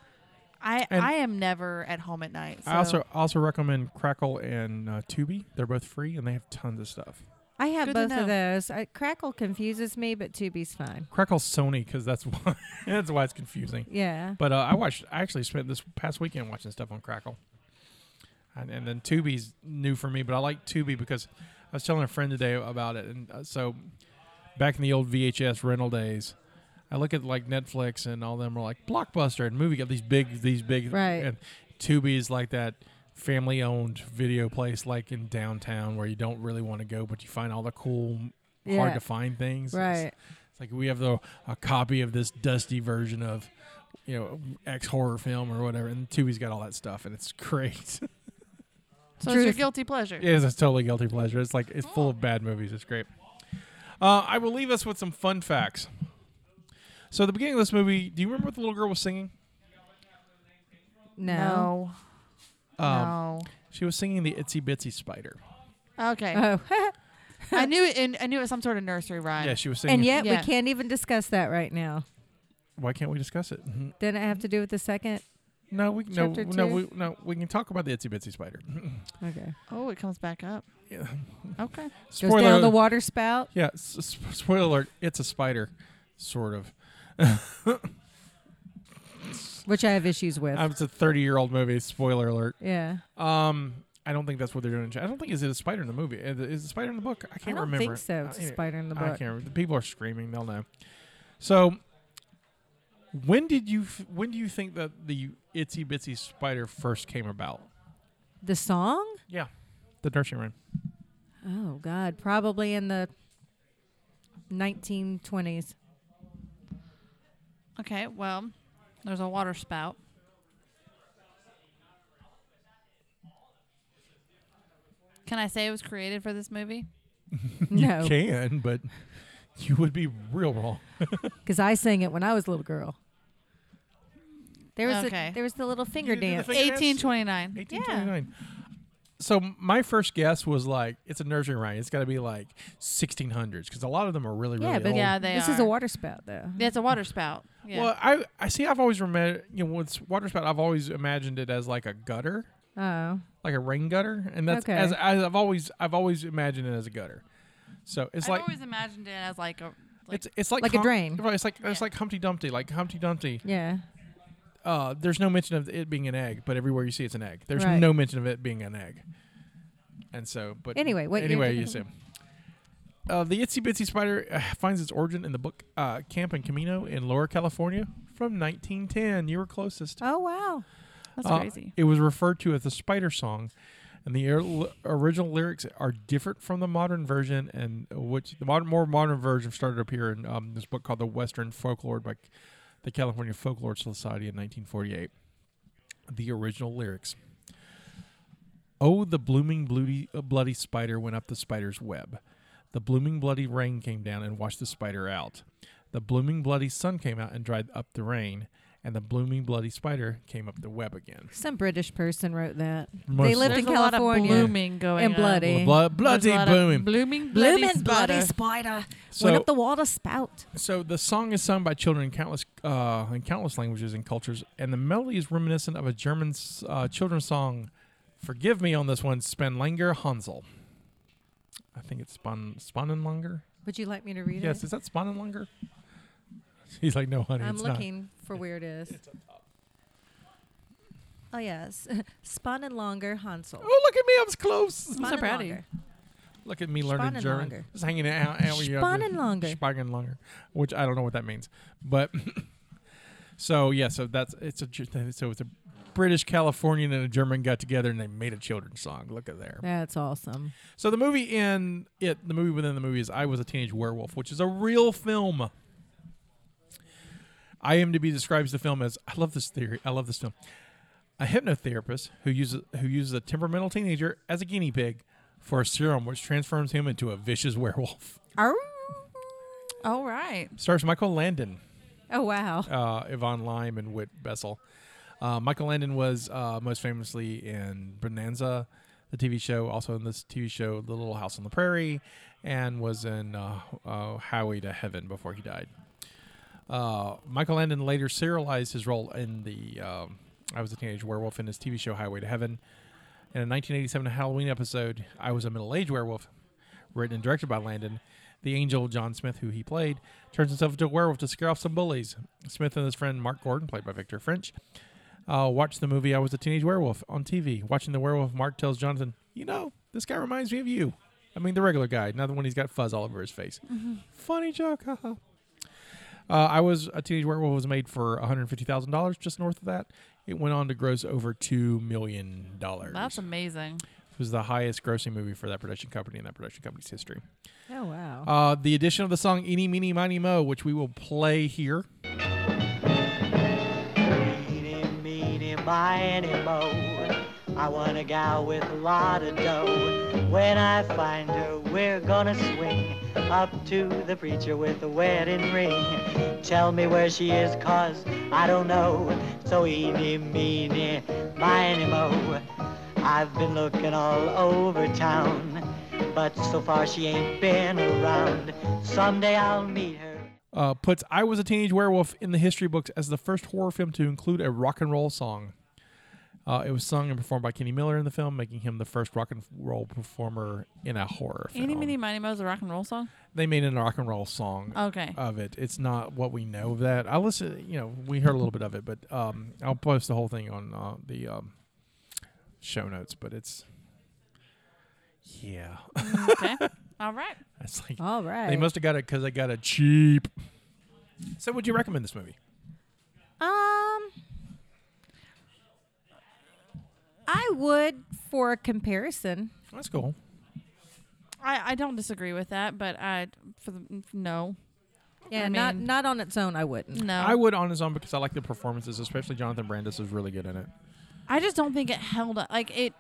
I
And-
I am never at home at night. So.
I also also recommend Crackle and uh, Tubi. They're both free and they have tons of stuff.
I have
Good to
both of
know.
those. I, Crackle confuses me, but Tubi's fine.
Crackle's Sony because that's why that's why it's confusing.
Yeah.
But uh, I watched. I actually spent this past weekend watching stuff on Crackle, and, and then Tubi's new for me. But I like Tubi because I was telling a friend today about it, and uh, so back in the old VHS rental days, I look at like Netflix and all them were like Blockbuster and movie got these big, these big,
Right.
And Tubi is like that family-owned video place, like in downtown where you don't really want to go, but you find all the cool.
Yeah.
Hard to find things, It's-
Right.
it's like we have the a copy of this dusty version of you know X horror film or whatever, and Tubi's got all that stuff, and it's great.
so
Drew,
it's your
if-
guilty pleasure.
it is a totally guilty pleasure. It's like it's full of bad movies. It's great. Uh, I will leave us with some fun facts. So at the beginning of this movie, do you remember what the little girl was singing?
No.
Um,
Um.
She was singing the Itsy Bitsy Spider.
no. Okay.
Oh.
I knew it. In, I knew it was some sort of nursery rhyme.
Yeah, she was singing.
and yet
Yeah.
we can't even discuss that right now.
why can't we discuss it? Mhm.
Didn't it have to do with the second?
No, we no
Chapter
no
two.
we no we can talk about the Itsy Bitsy Spider.
Okay.
Oh, it comes back up.
Yeah.
Okay.
Goes down the water spout.
Yeah, s- s- spoiler alert, it's a spider, sort of.
which I have issues with.
Um, it's a 30 year old movie, spoiler alert.
yeah,
Um, I don't think that's what they're doing. in Ch- I don't think is it a spider in the movie. Is it- is it a spider in the book? I
I
can't
don't
remember.
think so. It's
I-
a spider in the
I
book.
can't remember. The people are screaming. They'll know. So, when did you f- when do you think that the itsy bitsy spider first came about?
The song?
Yeah, the nursery rhyme.
Oh God, probably in the 1920s.
Okay. Well, there's a water spout. Can I say it was created for this movie?
No,
You can, but you would be real wrong.
because I sang it when I was a little girl. There was
Okay.
the, there was the little finger
did the
dance.
thing- Finger
1829.
1829. So my first guess was like it's a nursery rhyme. It's got to be like 1600s because a lot of them are really really
yeah, but
old.
Yeah, they
this is a
are.
water spout though.
Yeah, it's a water spout. Yeah.
Well, I I see. I've always remember you know with water spout. I've always imagined it as like a gutter,
Oh,
like a rain gutter, and that's
Okay.
as, as I've always I've always imagined it as a gutter. So it's
I've
like
always imagined it as like a. Like,
it's it's like
Like a drain.
Right, It's like it's like Humpty Dumpty. Like Humpty Dumpty.
yeah.
Uh, there's no mention of it being an egg, but everywhere you see it's an egg. There's
Right.
no mention of it being an egg. And so, but
Anyway, what year
anyway,
did it
you see.
come
Uh, the itsy bitsy spider uh, finds its origin in the book uh, Camp and Camino in Lower California from 1910. You were closest.
Oh wow.
that's
Uh,
crazy.
It was referred to as the Spider Song, and the er- original lyrics are different from the modern version, and which the modern, more modern version started to appear in um, this book called "The Western Folklore" by the California Folklore Society in 1948. The original lyrics. Oh, the blooming bloody, uh, bloody spider went up the spider's web. The blooming bloody rain came down and washed the spider out. The blooming bloody sun came out and dried up the rain. And the blooming bloody spider came up the web again.
Some British person wrote that.
Mostly.
They lived
There's
in
a lot of
California.
blooming going
and
on.
bloody.
Well, blood, bloody
There's a lot of
booming.
blooming, bloody
Blooming bloody
spider.
spider
So-
went up the water spout.
So the song is sung by children in countless uh, in countless languages and cultures, and the melody is reminiscent of a German s- uh, children's song. Forgive me on this one, Spanlanger Hansel. I think it's Span Spannenlanger.
Would you like me to read it?
Yes, is that Spannenlanger? He's like, no, honey,
I'm
it's
looking for where it is. Oh yes, spun and longer Hansel.
Oh, look at me. I was close.
Spun
so
and
proud of you.
Longer.
Look at me learning
Spannen
German.
longer.
Just hanging out. out with you out there.
Spannenlanger.
Spannenlanger, which I don't know what that means, but so yeah, so that's it's a Ger- so it's a British Californian and a German got together and they made a children's song. Look at there.
That's awesome.
So the movie in it, the movie within the movie is I Was a Teenage Werewolf, which is a real film. IMDb describes the film as I love this theory. I love this film. A hypnotherapist who uses who uses a temperamental teenager as a guinea pig for a serum which transforms him into a vicious werewolf.
Arr.
All right.
Stars Michael Landon,
Oh wow.
uh, Yvonne Lime, and Whit Bessel. Uh, Michael Landon was uh, most famously in Bonanza, the TV show, also in this TV show, The Little House on the Prairie, and was in uh, uh, Highway to Heaven before he died. Uh, Michael Landon later serialized his role in the um, I Was a Teenage Werewolf in his TV show Highway to Heaven. In a 1987 Halloween episode, I Was a Middle Aged Werewolf, written and directed by Landon, the angel John Smith, who he played, turns himself into a werewolf to scare off some bullies. Smith and his friend Mark Gordon, played by Victor French, uh, watched the movie I Was a Teenage Werewolf on TV. Watching the werewolf, Mark tells Jonathan, You know, this guy reminds me of you. I mean, the regular guy, not the one he's got fuzz all over his face. Funny joke, haha. Uh, I was a teenage werewolf was made for one hundred fifty thousand dollars, just north of that. It went on to gross over two million dollars.
That's amazing.
It was the highest grossing movie for that production company in that production company's history.
Oh wow.
Uh, the addition of the song Eeny, Meeny, Miny, Mo, which we will play here.
Meeny, meeny, miny, mo. I want a gal with a lot of dough. When I find her, we're gonna swing up to the preacher with a wedding ring. Tell me where she is, cause I don't know. So eeny, meeny, miny, mo. I've been looking all over town, but so far she ain't been around. Someday I'll meet her.
Uh, puts I Was a Teenage Werewolf in the history books as the first horror film to include a rock and roll song. Uh, it was sung and performed by Kenny Miller in the film, making him the first rock and roll performer in a horror film.
Any mini miny mo's a rock and roll song?
they made a rock and roll song
Okay.
of it. It's not what we know of that. I listen, you know, we heard a little bit of it, but um, I'll post the whole thing on uh, the um, show notes. But it's yeah,
Okay. All right.
it's like
All right.
they must have got it because they got it cheap. So, would you recommend this movie?
Um, I would for comparison.
That's cool.
I, I don't disagree with that, but I for the no
Yeah,
I
not
mean-
not on its own. I wouldn't.
no
I would on his own because I like the performances, especially Jonathan Brandis is really good in it.
I just don't think it held up. Like it,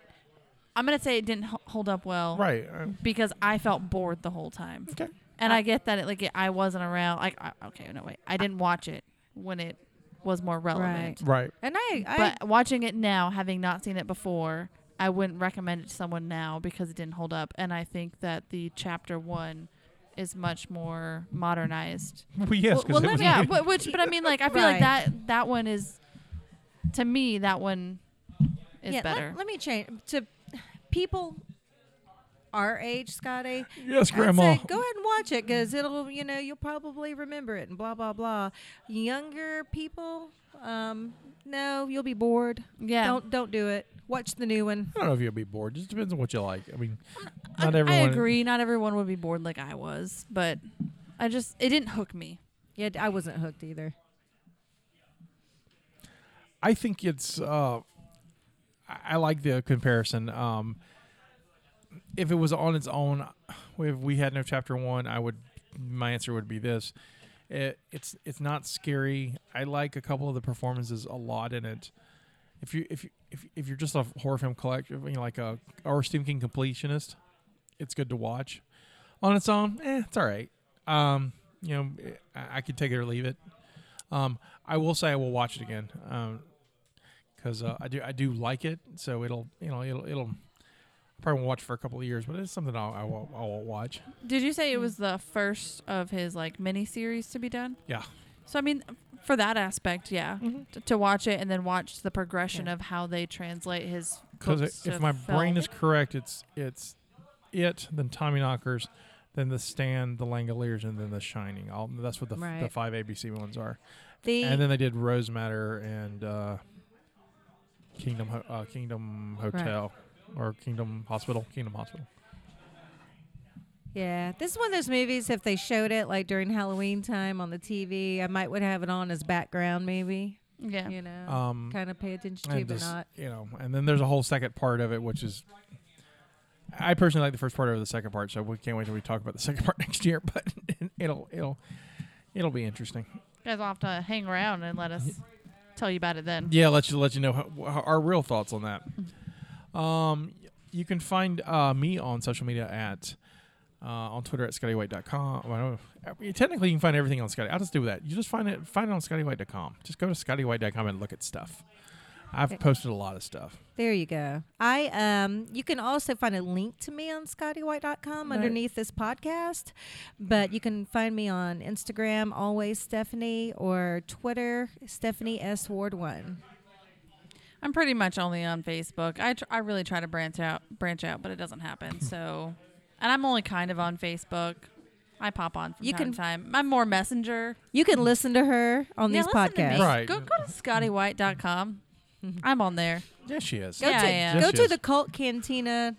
I'm gonna say it didn't h- hold up well,
Right. uh,
Because I felt bored the whole time,
Okay.
and I get that it like it, I wasn't around. Like I, okay, no wait, I didn't watch it when it was more relevant.
Right.
And I, I
But watching it now, having not seen it before, I wouldn't recommend it to someone now because it didn't hold up. And I think that the chapter one is much more modernized.
Well, yes.
well,
'cause
well
it was
yeah, wh- which but I mean, like I feel like
Right.
that that one is, to me, that one is
yeah, let-
better.
Let, me change to people our age, Scotty.
yes,
I'd
Grandma.
say go ahead and watch it because it'll, you know, you'll probably remember it and blah blah blah. Younger people, um, no, you'll be bored.
Yeah.
don't don't do it. Watch the new one.
I don't know if you'll be bored. Just depends on what you like. I mean,
I-
not everyone.
I agree. Not everyone would be bored like I was, but I just it didn't hook me.
Yeah, I wasn't hooked either.
I think it's. Uh, I I like the comparison. Um, if it was on its own, if we had no chapter one, I would. My answer would be this: it, it's it's not scary. I like a couple of the performances a lot in it. If you if you if, if you're just a horror film collective, you know, like a or Stephen King completionist, it's good to watch. On its own, eh, it's all right. Um, you know, I, I could take it or leave it. Um, I will say I will watch it again Um, because uh, I do I do like it. So it'll you know it'll it'll probably won't watch for a couple of years, but it's something I'll, I will I will watch.
Did you say it was the first of his like mini series to be done?
Yeah,
So I mean, for that aspect, yeah, T- to watch it and then watch the progression of how they translate his
because
books to
if my brain
film.
is correct, it's it's it then Tommy Knockers, then the Stand, the Langoliers, and then the Shining. All that's what the, f- the
Right.
five ABC ones are.
The
And then they did Rose Matter and uh, Kingdom Ho- uh, Kingdom Hotel or Kingdom Hospital. Kingdom Hospital.
Yeah, this is one of those movies. If they showed it like during Halloween time on the TV, I might would have it on as background, maybe.
Yeah.
You know,
Um,
kind of pay attention to,
And
but
just,
not.
you know, and then there's a whole second part of it, which is. I personally like the first part over the second part, so we can't wait till we talk about the second part next year. But it'll it'll it'll be interesting.
You guys will have to hang around and let us tell you about it then.
Yeah, let you let you know how, wh- our real thoughts on that.
Mm-hmm.
Um, you can find uh, me on social media at uh, on Twitter at scottywhite.com. Well, I don't- I mean, technically, you can find everything on Scotty. I'll just do that. You just find it find it on scottywhite.com. Just go to scottywhite.com and look at stuff. I've posted a lot of stuff.
There you go. I um you can also find a link to me on scottywhite.com underneath this podcast, but you can find me on Instagram always Stephanie or Twitter Stephanie S Ward 1.
I'm pretty much only on Facebook. I, tr- I really try to branch out, branch out, but it doesn't happen. So, and I'm only kind of on Facebook. I pop on from
You
you time
can-
to time. I'm more messenger.
You can listen to her on
Yeah,
these
listen to me.
podcasts.
Right.
Go go to scottywhite.com. I'm on there.
Yeah, she is.
Go
Yeah,
to
yeah.
go
Yes,
to
yes.
the cult cantina.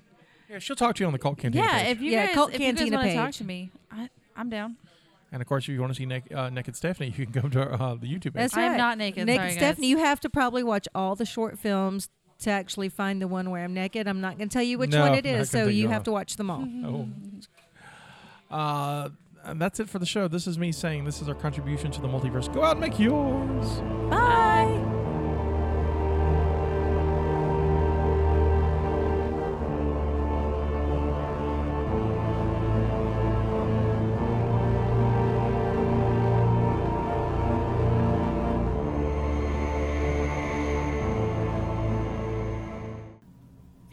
Yeah, she'll talk to you on the cult cantina.
yeah,
page.
if you
Yeah,
guys,
Cult
if you guys
Cantina
want to talk
page.
to me, I, I'm down.
and of course, if you want to see Nick, uh, Naked Stephanie, you can come to our, uh, the YouTube. page.
That's
I am
right.
not naked,
Nick
sorry,
and
guys.
Stephanie, you have to probably watch all the short films to actually find the one where I'm naked. I'm not going to tell you which
No,
one
I'm not
it is,
gonna
so
tell you
you
all.
have to watch them
Mm-hmm.
all.
Oh. Uh, and that's it for the show. This is me saying this is our contribution to the multiverse. Go out and make yours.
Bye.